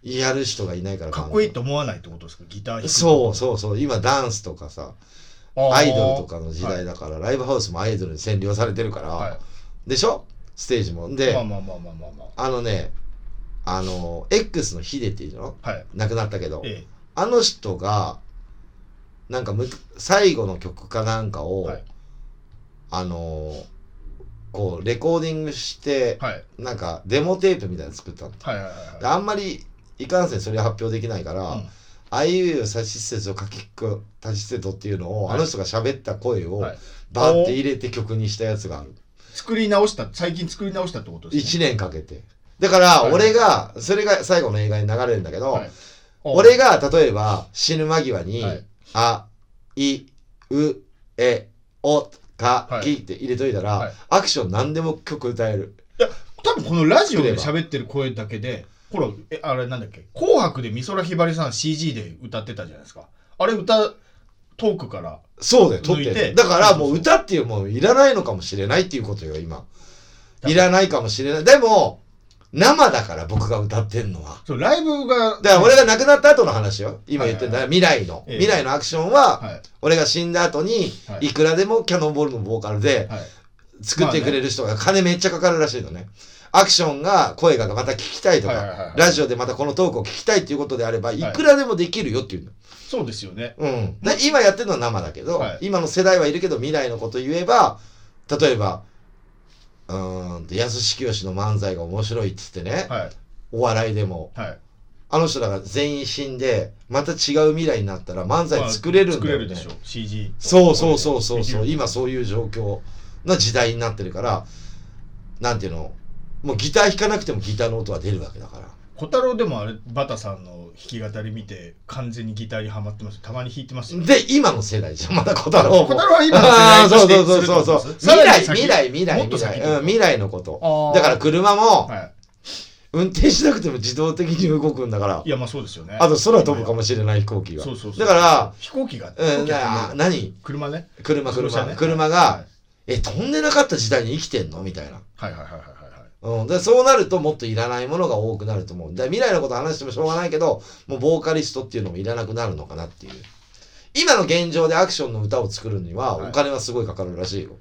S1: やる人がいないから
S2: かっこいいと思わないってことですかギター弾く
S1: そうそうそう今ダンスとかさ
S2: あー
S1: アイドルとかの時代だから、ライブハウスもアイドルに占領されてるから、
S2: はい、は
S1: でしょステージも
S2: い
S1: で、
S2: まあまあまあまあまあま
S1: あのねあの X のヒデっていうの
S2: あはい
S1: 亡くなったけど、
S2: え
S1: あの人が、なんかむ、最後の曲かなんか
S2: え
S1: を、
S2: はい
S1: あのーこう、レコーディングして、
S2: はい
S1: なんか、デモテープみたいなの作ったの。
S2: はいはいは
S1: であんまり、いかんせんそれ発表できないから、
S2: うん
S1: あいうえおさしせと書きっこ、たしせとっていうのを、
S2: はい
S1: あの人が喋った声を、
S2: いはい
S1: バーって入れて曲にしたやつがある。
S2: 作り直した最近作り直したってことです
S1: 1
S2: ね
S1: 年かけて。だから、
S2: はい
S1: 俺が、それが最後の映画に流れるんだけど、
S2: はい
S1: 俺が例えば死ぬ間際に、
S2: はい
S1: あ、い、う、え、お、か
S2: は、い
S1: きって入れといたら、
S2: はい
S1: アクション何でも曲歌える。
S2: 多分このラジオで喋ってる声だけで、ほら、えあれなんだっけ、紅白で美空ひばりさん CG で歌ってたじゃないですか。あれ歌、トークから。
S1: そうだよ、撮っ
S2: 抜い
S1: て
S2: て
S1: る。だからも
S2: そううそう
S1: 歌っていうもういらないのかもしれないっていうことよ、今。いらないかもしれない。でも、生だから僕が歌ってんのは。
S2: そう、ライブが。
S1: だから俺が亡くなった後の話よ。今言ってんだ、
S2: は
S1: 未来の。
S2: ええ
S1: 未来のアクションは、
S2: はい。
S1: 俺が死んだ後に、
S2: はい
S1: いくらでもキャノンボールのボーカルで、
S2: はい。
S1: 作ってくれる人が金めっちゃかかるらしいのね。アクションが声がまた聞きたいと
S2: はいはいはい
S1: か
S2: は、い
S1: ラジオでまたこのトークを聞きたいっていうことであれば、い
S2: い
S1: くらでもできるよっていうの。
S2: そうですよね。
S1: うん。で今やってるのは生だけど
S2: はい、
S1: 今の世代はいるけど未来のこと言えば、例えば、うーんと、安志清の漫才が面白いっつってね、
S2: はい。
S1: お笑いでも、
S2: はい。
S1: あの人らが全員死んで、また違う未来になったら漫才作れるん
S2: 作
S1: だ
S2: れ
S1: よ
S2: るで
S1: ね
S2: しょ。。CG。
S1: そうそうそうそうそ
S2: で
S1: う
S2: きる
S1: 今そういう状況の時代になってるからなんていうのもうギター弾かなくてもギターの音は出るわけだから
S2: 小太郎でもあれ、バタさんの弾き語り見て、完全にギターにハマってます。たまに弾いてますよ。
S1: で今の世代じゃんまだ小太郎も
S2: 小太郎は今の世代と
S1: あー
S2: して
S1: そうそうそうそう
S2: する
S1: 未
S2: って
S1: 来
S2: ことです
S1: 未来未来
S2: もっと
S1: 未来
S2: 先
S1: うん未来のこと
S2: あー
S1: だから車も
S2: はい。
S1: 運転しなくても自動的に動くんだから
S2: いや、まあそうですよね。
S1: あと空飛ぶかもしれない飛行機が
S2: そうそうそ
S1: だ
S2: う
S1: か
S2: 飛行機が。
S1: らうん
S2: 飛行機が
S1: な何
S2: 車ね。
S1: 車
S2: 自動車
S1: 車
S2: ね
S1: 車
S2: は
S1: がえ飛んでなかった時代に生きてんのみたいない
S2: はいはいはいはいはいはい。
S1: うん、でそうなるともっといらないものが多くなると思う。で未来のこと話してもしょうがないけど、もうボーカリストっていうのもいらなくなるのかなっていう。今の現状でアクションの歌を作るには
S2: はい
S1: お金はすごいかかるらしいよ。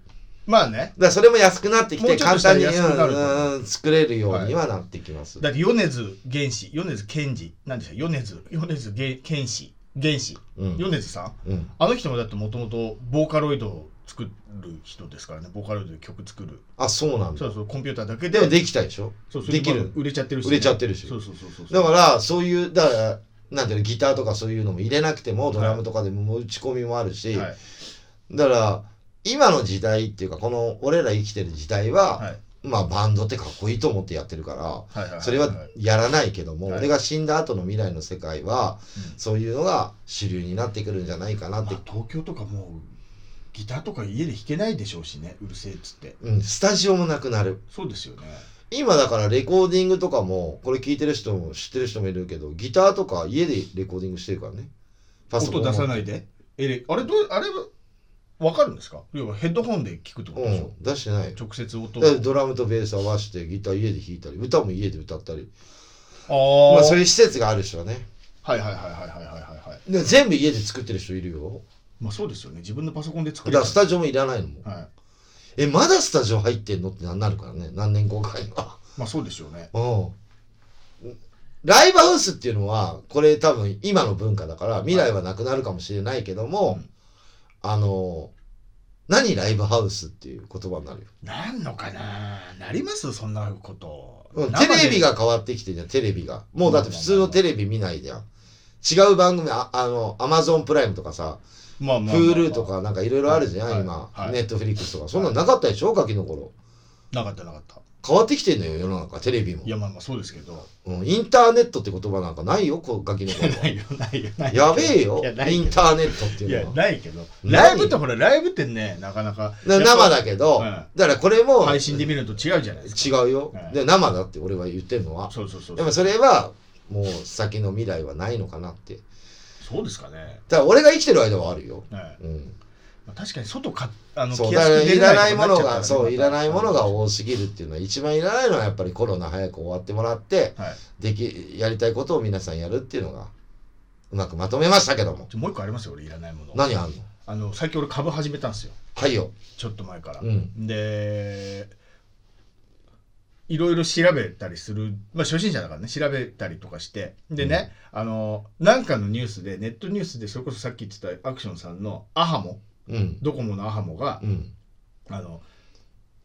S2: まあね
S1: だからそれも安くなってき
S2: も
S1: て
S2: うちょっ
S1: 簡
S2: としたら
S1: 単に
S2: 安くなる
S1: うんうん作れるようにはなってきます、
S2: だって米津玄師米津玄師なんでした米津米津玄玄師玄師
S1: うん
S2: 米津さん
S1: うん、
S2: あの人もだってもともとボーカロイドを作る人ですからねボーカロイドで曲作る
S1: あそうなんだ
S2: そうそうコンピューターだけ
S1: で
S2: で
S1: もできたでしょ
S2: そうそれ
S1: でき
S2: まあ
S1: る
S2: 売れちゃってるしね、
S1: 売れちゃってるし
S2: そうそうそうそう
S1: だからそういうだからなんていうのギターとかそういうのも入れなくてもドラムとかでも打ち込みもあるし、
S2: はい
S1: だから今の時代っていうかこの俺ら生きてる時代は、
S2: はい
S1: まあバンドってかっこいいと思ってやってるから
S2: はいはいいい
S1: それはやらないけども、
S2: はい
S1: 俺が死んだ後の未来の世界は、
S2: うん
S1: そういうのが主流になってくるんじゃないかな
S2: ま
S1: っ
S2: あ
S1: て、
S2: 東京とかもうギターとか家で弾けないでしょうしねうるせえっつって
S1: うん、スタジオもなくなる
S2: そうですよね
S1: 今だからレコーディングとかもこれ聞いてる人も知ってる人もいるけどギターとか家でレコーディングしてるからねパソコ
S2: 音
S1: ン、
S2: 出さないいでえれあれどうあれわかるんですか要はヘッドホンで聞くってこと
S1: う
S2: でしょ、
S1: ん、出してないよ
S2: 直接音
S1: だからドラムとベース合わせてギター家で弾いたり歌も家で歌ったり
S2: あー、
S1: まあそういう施設がある人はね
S2: はいはいはいはいはいはいはい
S1: で全部家で作ってる人いるよ
S2: まあそうですよね自分のパソコンで作
S1: だ
S2: れ
S1: か
S2: る
S1: らスタジオもいらないのもん
S2: はい
S1: えまだスタジオ入ってんのってなんなるからね何年後かには
S2: まあそうですよね
S1: うんライブハウスっていうのはこれ多分今の文化だから未来はなくなるかもしれないけども、
S2: うん
S1: あの何ライブハウスっていう言葉になるよ、
S2: なんのかななりますそんなこと、
S1: うんテ
S2: 生で
S1: レビが変わってきてるじゃんテレビがもうだって普通のテレビ見ないじゃん違う番組ああのアマゾンプライムとかさ
S2: まあまあまあまあ
S1: Hulu とかなんかいろいろあるじゃん、
S2: はい
S1: 今、
S2: はい
S1: ネットフリックスとかそんなんなかったでしょガキの頃
S2: なかったなかった
S1: 変わってきてんのよ世の中テレビも
S2: いやまあまあそうですけど
S1: うん、インターネットって言葉なんかないよこうガキの頃は
S2: ないよないよない
S1: やべえよ
S2: いやない
S1: イ
S2: よ
S1: ンターネットって
S2: い
S1: いう
S2: や
S1: のは
S2: ないけど
S1: ない
S2: ライブってほらライブってねなかなか
S1: な
S2: やっぱ
S1: 生だけど、
S2: うん
S1: だからこれも
S2: 配信で見ると違うじゃないですか
S1: 違うよ、
S2: はい
S1: で生だって俺は言ってるのは
S2: そうそうそう
S1: でもそれはもう先の未来はないのかなって
S2: そうですかね
S1: だから俺が生きてる間はあるよ、
S2: はい
S1: うん、
S2: まあ確かに外かあの
S1: そう
S2: 気
S1: だ
S2: 安
S1: から
S2: く出
S1: い
S2: れ
S1: らない
S2: とこ
S1: も
S2: に
S1: の
S2: っちゃうから
S1: が
S2: ね
S1: そういらないものが
S2: はい
S1: 多すぎるっていうのは一番いらないのはやっぱりコロナ早く終わってもらってできやりたいことを皆さんやるっていうのがうまくまとめましたけども
S2: ちょもう一個ありますよ俺いらないもの
S1: 何あんの
S2: あの最近俺株始めたんですよ
S1: はいよ
S2: ちょっと前から、
S1: うん
S2: でいろいろ調べたりする、まあ、初心者だからね調べたりとかしてでね、あのなんかのニュースでネットニュースでそれこそさっき言ってたアクションさんのアハモ
S1: うん
S2: ドコモのアハモが
S1: う、ん
S2: あの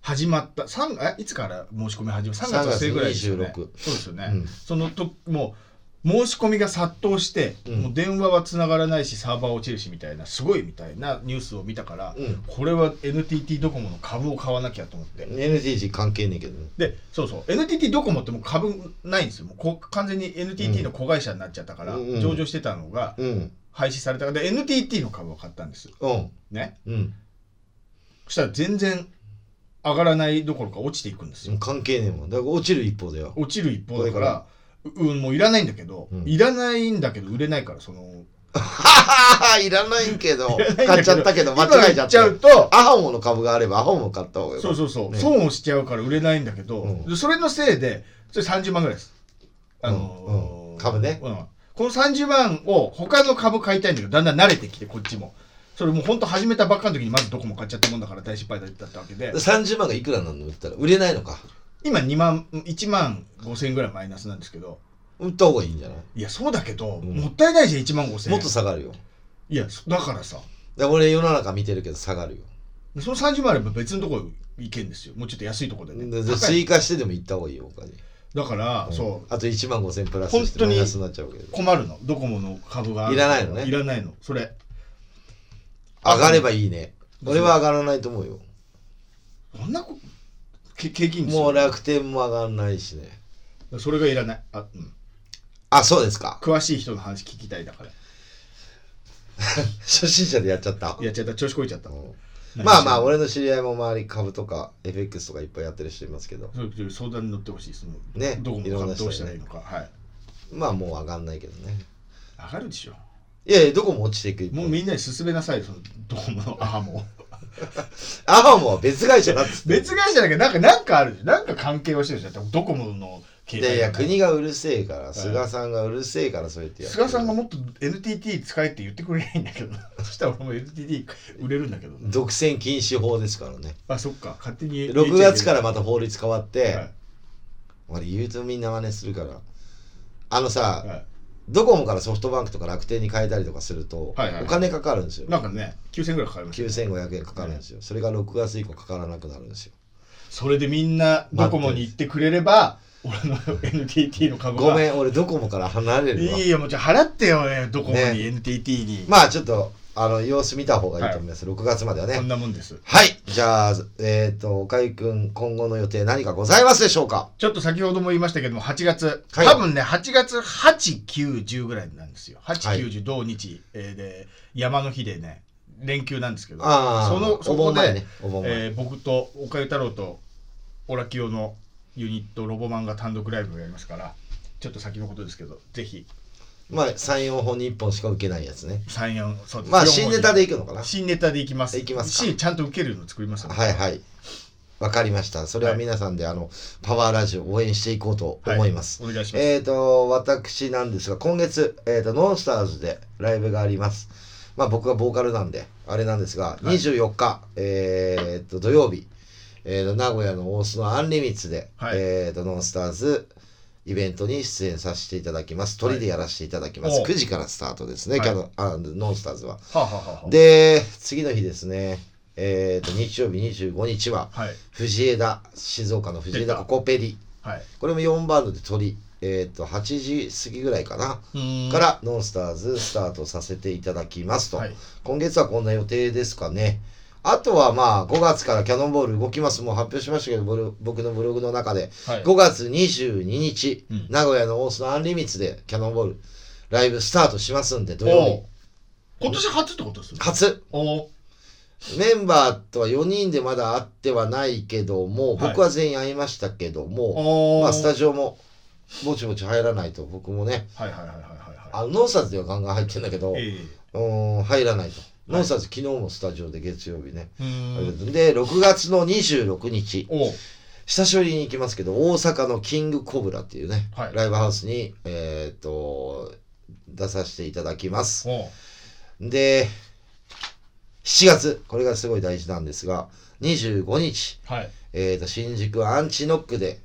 S2: 始まった三えいつから申し込み始まった3月末ぐらいですよ
S1: 3
S2: ね
S1: 月26
S2: そうですよね、
S1: うん
S2: そのともう申し込みが殺到して、
S1: うん
S2: もう電話はつながらないしサーバー落ちるしみたいなすごいみたいなニュースを見たから、
S1: うん
S2: これは NTT ドコモの株を買わなきゃと思って、
S1: NTG 関係ねえけどね
S2: でそうそう NTT ドコモってもう株ないんですよもうこう完全に NTT の子会社になっちゃったから、
S1: うん
S2: 上場してたのが
S1: うん
S2: 廃止されたからで NTT の株を買ったんです
S1: うん
S2: ね
S1: うん
S2: そしたら全然上がらないどころか落ちていくんですよ、
S1: 関係ねえもんだから落ちる一方だよ
S2: 落ちる一方だからううんもういらないんだけど、
S1: うん
S2: いらないんだけど売れないからその
S1: ははいらないんけど 買っちゃったけど間違えちゃ
S2: 今
S1: っ
S2: ちゃ
S1: た
S2: うと
S1: アホモの株があればアホモ買った方がよ
S2: そう
S1: う
S2: そうそう、
S1: ね
S2: 損をしちゃうから売れないんだけど、
S1: うん
S2: でそれのせいでそれ30万ぐらいですあ
S1: うん
S2: の
S1: う
S2: ー
S1: ん株ね
S2: うんこの30万を他の株買いたいんだけどだんだん慣れてきてこっちもそれもう本当始めたばっかの時にまずどこも買っちゃったもんだから大失敗だったわけで
S1: 30万がいくらなの売ったら売れないのか
S2: 今2万1万5千円ぐらいマイナスなんですけど
S1: 売った方がいいんじゃない
S2: いやそうだけど、
S1: ん
S2: もったいないじゃん1万5千
S1: も
S2: 円
S1: っと下がるよ
S2: いやそだからさ
S1: だから俺世の中見てるけど下がるよ
S2: その30万あれば別のとこ行けんですよもうちょっと安いとこでね
S1: で
S2: 高い
S1: 追加してでも行った方がいいよ他に
S2: だから、そう
S1: あと1万5000プラスしてマイナスになっちゃうけど
S2: 困るのドコモの株が
S1: いらないのね
S2: いらないのそれ
S1: 上がればいいね俺は上がらないと思うよ
S2: そんなこけ景気いいんですよ
S1: もう楽天も上がらないしね
S2: それがいらないあ、うん、
S1: あそうですか
S2: 詳しい人の話聞きたいだから
S1: 初心者でやっちゃった
S2: やっちゃった調子こいちゃった
S1: うんまあまあ俺の知り合いも周り株とか FX とかいっぱいやってる人いますけど
S2: そういう相談に乗ってほしいですもう
S1: ね
S2: ドコモ
S1: いろん
S2: 株
S1: な人
S2: どうしたら
S1: ね
S2: いいのかはい
S1: まあもう上がんないけどね
S2: 上がるでしょ
S1: いやいやどこも落ちていく一方
S2: もうみんなに勧めなさいそのドコモのアハも
S1: アハモは別会社だっつって
S2: 別会社だけどなんかなんかあるなんか関係をしてるじゃんドコモの
S1: でいや
S2: 携帯
S1: 国がうるせえから
S2: い
S1: 菅さんがうるせえからそうやってやってる
S2: 菅さんがもっと NTT 使えって言ってくれないいんだけ どなそしたら俺も NTT 売れるんだけどな
S1: 独占禁止法ですからね
S2: あそっか勝手に
S1: 6月からまた法律変わって、
S2: はい
S1: 俺言うとみんな真似するからあのさ、
S2: は
S1: ドコモからソフトバンクとか楽天に変えたりとかすると、
S2: はいはいはい
S1: お金かかるんですよ
S2: い、なんかね9000ぐらいかかりました
S1: 9500円かかるんですよ、それが6月以降かからなくなるんですよ
S2: それでみんなドコモに行ってくれれば俺の NTT の株が
S1: ごめん俺ドコモから離れ
S2: い
S1: るわ
S2: いよもうじゃあ払ってよドコモに、
S1: ね
S2: NTT に、
S1: まあちょっとあの様子見た方がいいと思います、6月までは
S2: こん
S1: ね
S2: なもんです
S1: はいじゃあえっ、とおかゆくん今後の予定何かございますでしょうか
S2: ちょっと先ほども言いましたけども、8月、
S1: はい
S2: 多分ね、8月8、9、10ぐらいなんですよ。8、
S1: はい
S2: 9、10、同日、えーで、山の日でね、連休なんですけど、
S1: ああ
S2: その、そ
S1: お
S2: こ
S1: 盆前
S2: で、
S1: ねお盆前、
S2: えー僕と岡井太郎とオラキオのユニット、ロボマンが単独ライブをやりますから、ちょっと先のことですけど、ぜひ、
S1: まあ34本に1本しか受けないやつね
S2: 3、4、そうです
S1: まあ
S2: 四
S1: 新
S2: 本
S1: ネタでいくのかな
S2: 新ネタでいきます。
S1: いきますか
S2: し、ちゃんと受けるの作りますので
S1: はいはい。わかりました。それは
S2: はい
S1: 皆さんで、あの、パワーラジオを応援していこうと思います。
S2: はいお願いします
S1: えっ、と、私なんですが、今月、えっ、と、ノンスターズでライブがあります。まあ僕がボーカルなんで、あれなんですが、
S2: はい
S1: 24日、えっ、と、土曜日、えーと、名古屋の大須のアンリミッツで、
S2: はい
S1: えっ、と、ノンスターズ、イベントに出演させていただきます。
S2: はい
S1: 鳥でやらせていただきます。
S2: おう
S1: 9時からスタートですね、
S2: はい
S1: キャノンあノンスターズは。
S2: はあ、はあはあはあ、
S1: で、次の日ですね、えー、と日曜日25日は、
S2: はい、
S1: 藤枝、静岡の藤枝ココペリ、
S2: はい。
S1: これも4バンドで鳥、えー、と8時過ぎぐらいかな、
S2: うーん
S1: からノンスターズスタートさせていただきますと、
S2: はい
S1: 今月はこんな予定ですかね。あとはまあ5月からキャノンボール動きます。もう発表しましたけど、ブロ僕のブログの中で。
S2: はい
S1: 5月22日、
S2: うん
S1: 名古屋の大須のアンリミッツでキャノンボールライブスタートしますんで、土曜
S2: お今年初ってことです
S1: 日。初
S2: おー
S1: メンバーとは4人でまだ会ってはないけども、
S2: はい
S1: 僕は全員会いましたけども、
S2: おー
S1: まあ、スタジオもぼちぼち入らないと僕もね
S2: はいはいはいはいは
S1: あのノンサーズではガンガン入ってんだけど、
S2: いはい。え
S1: うーん入らないと、ノンサーズ昨日もスタジオで月曜日ね、
S2: えうーん。
S1: で6月の26日
S2: おう
S1: 久しぶりに行きますけど大阪のキングコブラっていうね、
S2: はい
S1: ライブハウスに、えーっと出させていただきます
S2: おう
S1: で、7月、これがすごい大事なんですが、25日、
S2: はい。
S1: えー、と新宿アンチノックで、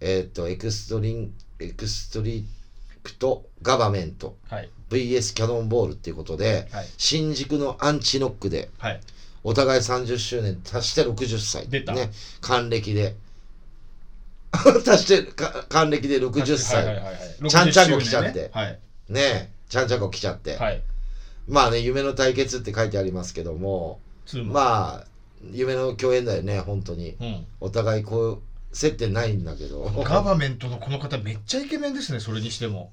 S1: えー、とエクストリン、エクストリクトガバメント
S2: はい。
S1: VS キャノンボールっていうことで、
S2: はい
S1: 新宿のアンチノックで、
S2: はい。
S1: お互い30周年足して60歳。
S2: 出た
S1: ね。還暦で。 足してか、還暦で60歳。
S2: はいはいはいはい。
S1: ちゃんちゃんこ来ちゃって
S2: 60周年ねはい。
S1: ねえ、ちゃんちゃんこ来ちゃって。
S2: はい。
S1: まあね、夢の対決って書いてありますけども、
S2: ツーマン。
S1: まあ、夢の共演だよね、本当に。
S2: う
S1: お互いこう、接点ないんだけど。
S2: ん。ガバメントのこの方めっちゃイケメンですね、それにしても。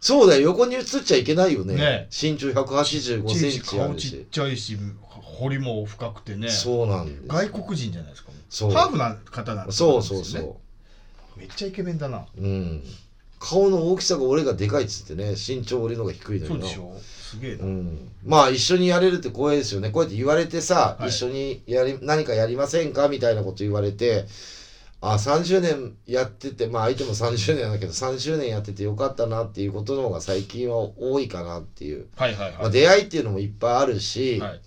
S1: そうだよ、横に映っちゃいけないよね。
S2: ね
S1: 身長185センチあ
S2: 顔
S1: る
S2: ちっ
S1: し。
S2: ちゃいし、彫りも深くてね。
S1: そうなんです。
S2: 外国人じゃないですか。
S1: そう
S2: ハーフな方なんですね
S1: そうそうそ
S2: めっちゃイケメンだな。
S1: う。うん。顔の大きさが俺がでかいっつってね、身長俺の方が低いのよ
S2: そう
S1: な
S2: でしょすげえ
S1: う
S2: な。
S1: ん、まあ一緒にやれるって光栄ですよねこうやって言われてさ、
S2: はい
S1: 一緒にやり何かやりませんかみたいなこと言われてあ30年やっててまあ相手も30年だけど30年やっててよかったなっていうことの方が最近は多いかなっていう、
S2: はいはい
S1: まあ、
S2: は
S1: 出会いっていうのもいっぱいあるし、
S2: い。はい。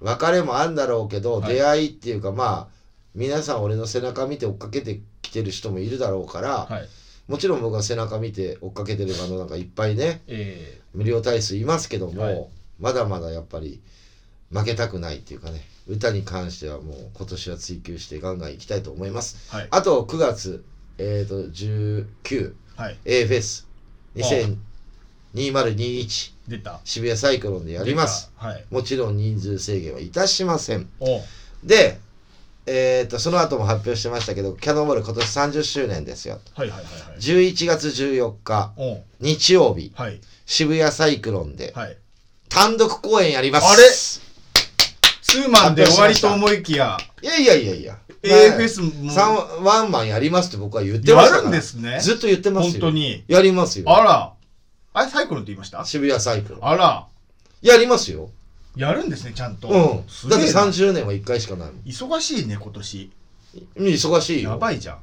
S1: 別れもあるんだろうけど、
S2: はい
S1: 出会いっていうかまあ皆さん俺の背中見て追っかけてきてる人もいるだろうから、
S2: はい。
S1: もちろん僕は背中見て追っかけてるのなんかいっぱいね、
S2: え
S1: 無料体数いますけども、
S2: はい
S1: まだまだやっぱり負けたくないっていうかね歌に関してはもう今年は追求してガンガンいきたいと思います
S2: ーはい。
S1: あと9月、えー、と
S2: はい。
S1: 19AFES2021
S2: 出た。
S1: 渋谷サイクロンでやります
S2: 出た。はい。
S1: もちろん人数制限はいたしません
S2: おう
S1: でえー、とその後も発表してましたけどキャノンボール今年30周年ですよ
S2: はいはいはいはい。
S1: 11月14日
S2: おう
S1: 日曜日
S2: はい。
S1: 渋谷サイクロンで
S2: はい。
S1: 単独公演やります
S2: あれツーマンで終わりと思いきや、
S1: いやいやいやいや。
S2: AFS も
S1: 三ワンマンやりますって僕は言ってましたから。
S2: やるんですね
S1: ずっと言ってますよ。
S2: 本当に。
S1: やりますよ。
S2: あら。あれ、サイクロンって言いました
S1: 渋谷サイクル。
S2: あら。
S1: やりますよ。
S2: やるんですね、ちゃんと。
S1: うん。
S2: す
S1: だ
S2: げ
S1: って
S2: えな。
S1: 30年は1回しかないもん。
S2: 忙しいね、今年。
S1: 忙しいよ。
S2: やばいじゃん。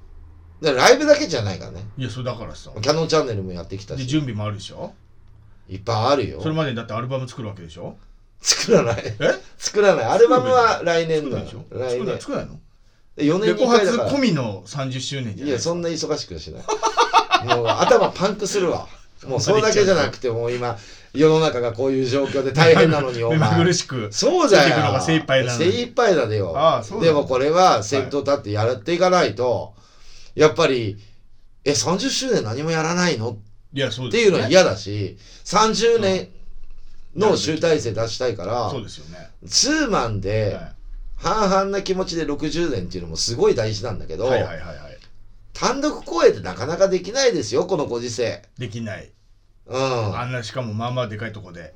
S1: だからライブだけじゃないからね。
S2: いやそれだからさ
S1: キャノンチャンネルもやってきた
S2: で
S1: し。
S2: 準備もあるでしょ
S1: いっぱいあるよ
S2: そ。れまでにだってアルバム作るわけでしょ
S1: 作らない。
S2: え
S1: 作らない。アルバムは来年
S2: 作
S1: だ
S2: る
S1: よ
S2: でしょ。作
S1: 来
S2: らな
S1: 年
S2: い。作らないの
S1: 4
S2: レ
S1: 年に
S2: コ
S1: 1回だ
S2: 発
S1: から
S2: 込。みの30周年じゃ
S1: い
S2: ない
S1: や、そんな忙しくはしない。もう頭パンクする わ。もうそれだけじゃなくて、もう今、世の中がこういう状況で大変なの に、お
S2: 目まぐ
S1: 前
S2: る。しく
S1: そうだ
S2: ついていくの
S1: よ。
S2: が精一杯なのに
S1: 精一杯だねよ。
S2: ああそうだ
S1: でもこれは先頭立ってやっていかないと、やっぱり、え、30周年何もやらないの
S2: いやそう
S1: って
S2: で
S1: い
S2: す
S1: う
S2: よ
S1: の
S2: ね
S1: は嫌だし、30年の集大成出したいから
S2: そ、うですよね
S1: ツーマンで
S2: は
S1: 半々な気持ちで60年っていうのもすごい大事なんだけ
S2: い
S1: ど、
S2: はいはいはいはい
S1: 単独公演ってなかなかできないですよ、このご時世。
S2: できないあ
S1: うん
S2: なしかもまあまあでかいとこで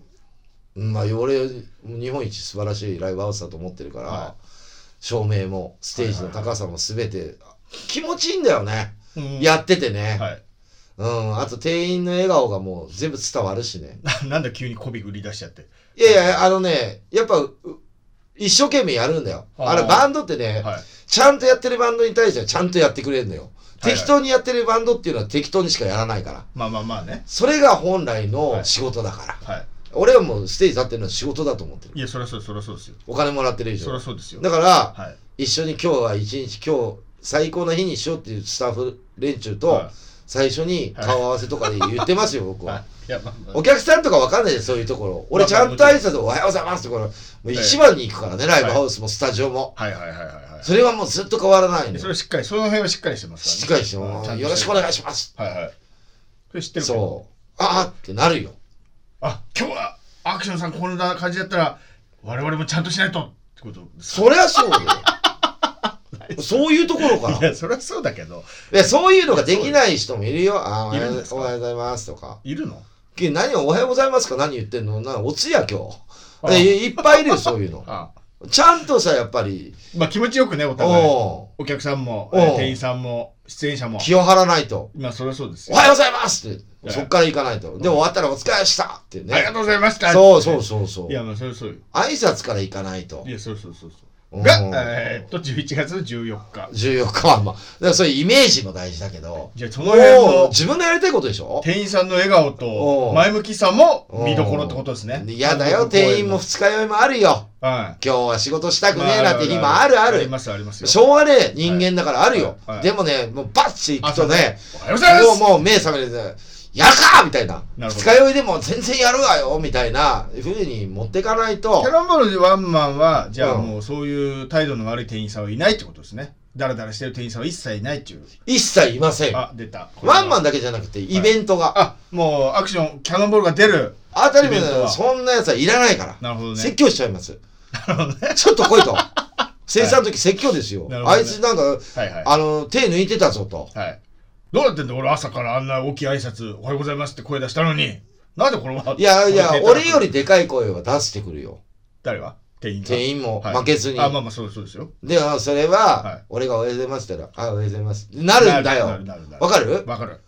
S1: ん。まあ、俺、日本一素晴らしいライブハウスだと思ってるから、
S2: は
S1: 照明も、ステージの高さも全て、気持ちいいんだよね。
S2: うん
S1: やっててね。
S2: はい
S1: うん。あと、店員の笑顔がもう全部伝わるしね。
S2: ななんだ急に媚び売り出しちゃって
S1: いやいや、あのね、やっぱ、う一生懸命やるんだよ。
S2: あー
S1: あれ、バンドってね、
S2: はい
S1: ちゃんとやってるバンドに対してはちゃんとやってくれるのよ。
S2: はいはい
S1: 適当にやってるバンドっていうのは適当にしかやらないから。
S2: まあまあまあね
S1: それが本来
S2: は
S1: の
S2: い
S1: 仕事だから。
S2: は
S1: 俺はもうステージ立ってるのは仕事だと思ってる。
S2: いいやそりゃそうそりゃそうですよ
S1: お金もらってる以
S2: そり
S1: 上
S2: ゃ。そうですよ
S1: だから、
S2: はい
S1: 一緒に今日は一日今日最高な日にしようっていうスタッフ連中と
S2: は、
S1: 最初に顔合わせとかで言って ますよ、僕は。
S2: いいやまあまあ
S1: お客さんとかわかんないです、そういうところ。俺ちゃんと挨拶おはようございますってこれ、もう一番に行くからね、ライブハウスもスタジオも。
S2: はいはいはいはいはい
S1: それはもうずっと変わらないん
S2: で
S1: で
S2: そ。れはしっかりその辺はしっかりしてます
S1: しっ
S2: か
S1: からり
S2: ね
S1: して
S2: うんちゃ
S1: も、
S2: んと
S1: よろしくお願いします。
S2: はいはいそれ知ってるけど
S1: そう。ああってなるよ。
S2: あ今日はアクションさんこんな感じだったら我々もちゃんとしないとってことです
S1: そりゃそうよ。 そういうところから。
S2: いやそりゃそうだけど
S1: いや、そういうのができない人もいるよ。あーおはいよ
S2: る
S1: う
S2: んです
S1: お
S2: か
S1: はようございますとか。
S2: いるの
S1: き何をおはようございますか何言ってんのなおつや今
S2: あ
S1: 日。えいっぱいいるよ、そういうの。
S2: あ
S1: ちゃんとさ、やっぱり、
S2: まあ気持ちよくねお互い
S1: お
S2: お客さんも、
S1: おう
S2: えー店員さんも出演者も
S1: う気を張らないと。
S2: まあそりゃそうです
S1: お
S2: よ
S1: はようございますって、
S2: はい
S1: そっから行かないと。で、終わったらお疲れしたって
S2: ありが
S1: ね。
S2: とうございました
S1: そうそうそうそう
S2: い。やまあそりゃそうよ
S1: 挨拶から行かないと
S2: い。やそうそうそうそう
S1: うん
S2: が、えーっと11月の14日
S1: 14日はまあ、だから そういうイメージも大事だけど、
S2: じゃあその辺
S1: もう
S2: の
S1: 自分のやりたいことでしょ
S2: 店員さんの笑顔
S1: お
S2: と
S1: う
S2: 前向きさも見どころってことですね
S1: 嫌だよ、店員も二日酔いもあるよ。
S2: はい
S1: 今日は仕事したくねえなって日もあるあ
S2: あり
S1: る。
S2: ますありますよ。
S1: しょうがねえ人間だからあるよ
S2: はいは。い
S1: でもね、もうバッチ行くとね、
S2: おはようございます
S1: もうもう目覚めてね、やるかみたいな。
S2: なるほ
S1: 二
S2: ど
S1: 日酔いでも全然やるわよみたいな風に持ってかないと
S2: キャ、ノンボールでワンマンは、じゃあ
S1: うん
S2: もうそういう態度の悪い店員さんはいないってことですね。ダラダラしてる店員さんは一切いないっていう。
S1: 一切いません。
S2: あ、出た。
S1: ワンマン
S2: だ。
S1: だけじゃなくて、イベントが。
S2: あ、もうアクション、キャノンボールが出る。
S1: 当たり前
S2: イベント
S1: だ
S2: は
S1: そんなやつはいらないから。
S2: なるほどね
S1: 説。教しちゃいます。ちょっと来い と。生産の時説教ですよ。
S2: なるほど
S1: あ
S2: ね
S1: いつなんか、
S2: はいはい。
S1: あの、手抜いてたぞと。
S2: はい。どうやってんだ俺朝からあんな大きい挨拶、おはようございますって声出したのに。なんでこれは。
S1: いやいや
S2: これ、手たらく
S1: 俺よ。りでかい声は出してくるよ。
S2: 誰が店員が
S1: 店員も
S2: はい
S1: 負けずに。
S2: あ、まあまあそうそうですよ。
S1: で、あそれ
S2: は、
S1: はい俺がおはようございますって言ったら、あ、おはようございます。なるんだよ
S2: なるなるな。る
S1: わかる
S2: わかる。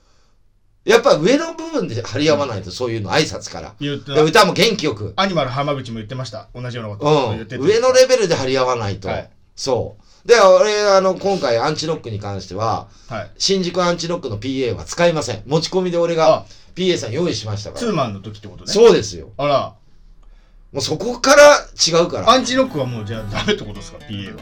S1: やっぱ上の部分で張り合わないと、そういうの挨拶から。
S2: 言って
S1: で歌も元気よく。
S2: アニマル浜口も言ってました。同じようなこ
S1: う
S2: と。言って
S1: ん。
S2: て
S1: 上のレベルで張り合わないと
S2: はい。
S1: そう。で、俺、あの、今回アンチノックに関しては、
S2: はい。
S1: 新宿アンチノックの PA は使いません。持ち込みで俺
S2: あ
S1: が PA さん用意しましたか
S2: ツ
S1: ら。
S2: ーマンの時ってことね。
S1: そうですよ。
S2: あら。
S1: もうそこから違うから。
S2: アンチノックはもうじゃあダメってことですか PA は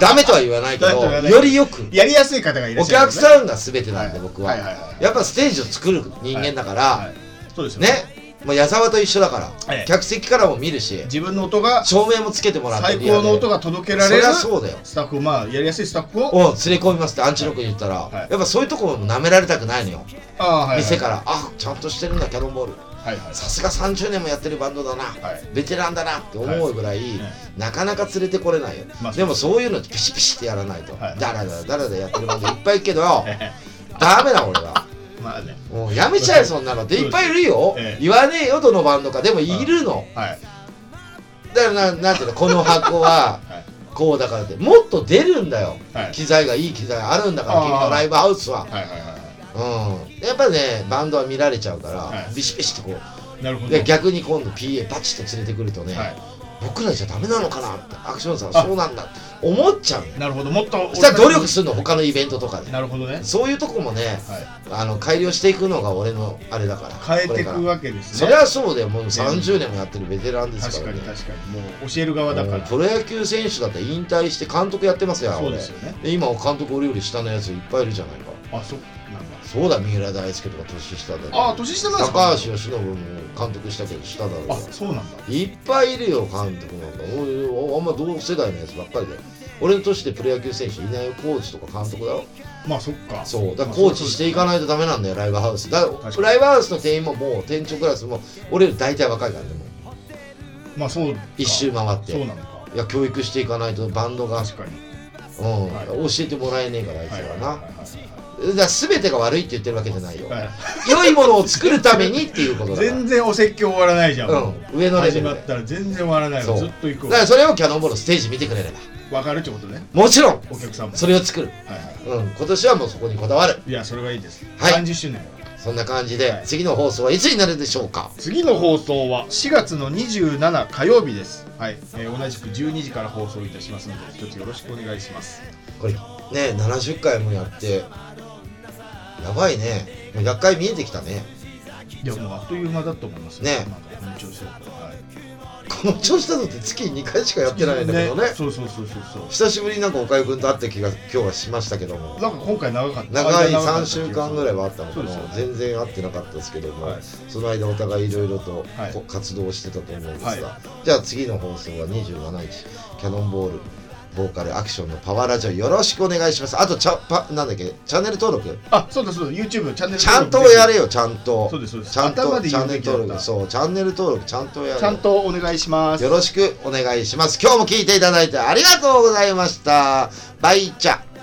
S1: ダメとは言わないけ
S2: ダメ
S1: ど
S2: とは言わ、ない
S1: よりよく。
S2: やりやすい方がいら
S1: お
S2: っしゃる
S1: 客
S2: ん
S1: さんが全てなんで
S2: はい
S1: 僕は
S2: はいはいはい
S1: やっぱステージを作る人間だから
S2: そうですよ
S1: ねもう矢沢と一緒だか
S2: え
S1: ら
S2: え
S1: 客席からも見るし
S2: 自分の音が
S1: 照明もつけてもらって
S2: 最高の音が届けられ
S1: そ
S2: る
S1: りゃ
S2: ス
S1: そうだよ
S2: タッフまあやりやすいスタッフを
S1: を連れ込みますってアンチロックに言ったら、
S2: いはい
S1: やっぱそういうところも舐められたくないのよ、
S2: ああはいはい
S1: 店からあちゃんとしてるんだキャノンボール
S2: はい はい
S1: さすが30年もやってるバンドだな、
S2: はい
S1: ベテランだなって思うぐらい、
S2: ね
S1: なかなか連れてこれないよ、
S2: まあ
S1: でもそういうのピシピシってやらないと、
S2: はい
S1: ダラダラダラダラやってるバンドいっぱいいるけど
S2: え
S1: ダメだ俺は。
S2: えまあね
S1: もうやめちゃえそんなのでいっぱいいるよ、
S2: ええ
S1: 言わねえよどのバンドかでもいるの
S2: はい
S1: だからななんていうのこの箱は
S2: はい
S1: こうだからってもっと出るんだよ、
S2: はい
S1: 機材がいい機材あるんだから
S2: あー
S1: 君のライブハウスは
S2: はいはいはい
S1: うんやっぱねバンドは見られちゃうから、
S2: はい
S1: ビシビシってこ
S2: なるほ
S1: う
S2: ど
S1: で逆に今度 PA パチッと連れてくるとね、
S2: はい
S1: 僕らじゃダメなのかなってアクションさんはそうなんだって思っちゃう
S2: なるほどもっと
S1: そしたら努力するの他のイベントとかで
S2: なるほどね
S1: そういうとこもね
S2: は
S1: あの改良していくのが俺のあれだから
S2: い変えて
S1: これ
S2: いく
S1: から
S2: わけです
S1: そ
S2: ね
S1: りゃそうだよもう30年もやってるベテランですか
S2: 確からに
S1: ね
S2: 確かにもう教える側だから
S1: もうプロ野球選手だって引退して監督やってますよ
S2: そう
S1: 俺
S2: ですよね
S1: で今監督俺より下のやついっぱいいるじゃないか
S2: あそうなんだ
S1: そうだ三浦大輔とか年下だよ
S4: ああ年下なんです
S1: 高
S4: か
S1: 橋由伸も監督したけど下だろうが
S2: あそうなんだ
S1: いっぱいいるよ監督なんかおいあんま同世代のやつばっかりだよ俺の年でプロ野球選手いないよコーチとか監督だろ
S2: まあそっか
S1: そうだからコーチしていか
S2: い
S1: ないとダメなんだよライブハウスだ
S2: 確かに
S1: ライブハウスの店員ももう店長クラスも俺より大体若いからでもう
S2: まあそうか
S1: 一周回っ
S2: そう
S1: て
S2: なのか
S1: いや教育していかないとバンドが、うん
S2: 確かに
S1: 教えてもらえねえからあいつらはな、
S2: はい
S1: だから全てが悪いって言ってるわけじゃないよ、
S2: はいはい
S1: 良いものを作るためにっていうことだから
S2: 全然お説教終わらないじゃん、
S1: うん上のレベルで
S2: 始まったら全然終わらない
S1: そう
S2: わずっと行く
S1: だ
S2: わ
S1: からそれをキャノンボールステージ見てくれれば
S2: わかるってことね
S1: もちろん
S2: お客さんも
S1: それを作る、
S2: はいは
S1: うん、今年はもうそこにこだわる
S2: いいやそれがいいです、
S1: はい
S2: 30周年
S1: そんな感じで、
S2: はい
S1: 次の放送はいつになるでしょうか
S2: 次の放送は4月の27火曜日ですはい、えー同じく12時から放送いたしますので一つよろしくお願いします
S1: これね70回もやってやばいねもう100回見えてきたね
S2: いやもうあっという間だと思いますよ
S1: ね
S2: まあこの調子だとはい
S1: この調子だとって月に2回しかやってないんだけどね
S2: そうそうそうそうそう
S1: 久しぶりになんか岡井君と会った気が今日はしましたけども
S2: なんか今回長かった
S1: 長い
S2: 間か
S1: 3
S2: った気がす
S1: 週
S2: る
S1: 間ぐらいはあったのか
S2: そうで
S1: な、
S2: すよね
S1: 全然会ってなかったですけども、
S2: はい
S1: その間お互いいろいろと
S2: はい
S1: こ活動をしてたと思うんですが、
S2: は
S1: じゃあ次の放送は27日キャノンボールボーカルアクションのパワーラジオよろしくお願いしますあとちゃパなんだっけチャンネル登録
S2: あそうだそうだ YouTube チャンネル
S1: ちゃんとやれよちゃんと
S2: そうですそうです
S1: ちゃん
S2: 頭
S1: と
S2: で
S1: チ
S2: 言
S1: ャ
S2: う
S1: ンネ
S2: べ
S1: ル
S2: きだった
S1: 登録そうチャンネル登録ちゃんとやれよ
S2: ちゃんとお願いします
S1: よろしくお願いします今日も聞いていただいてありがとうございましたバイチャ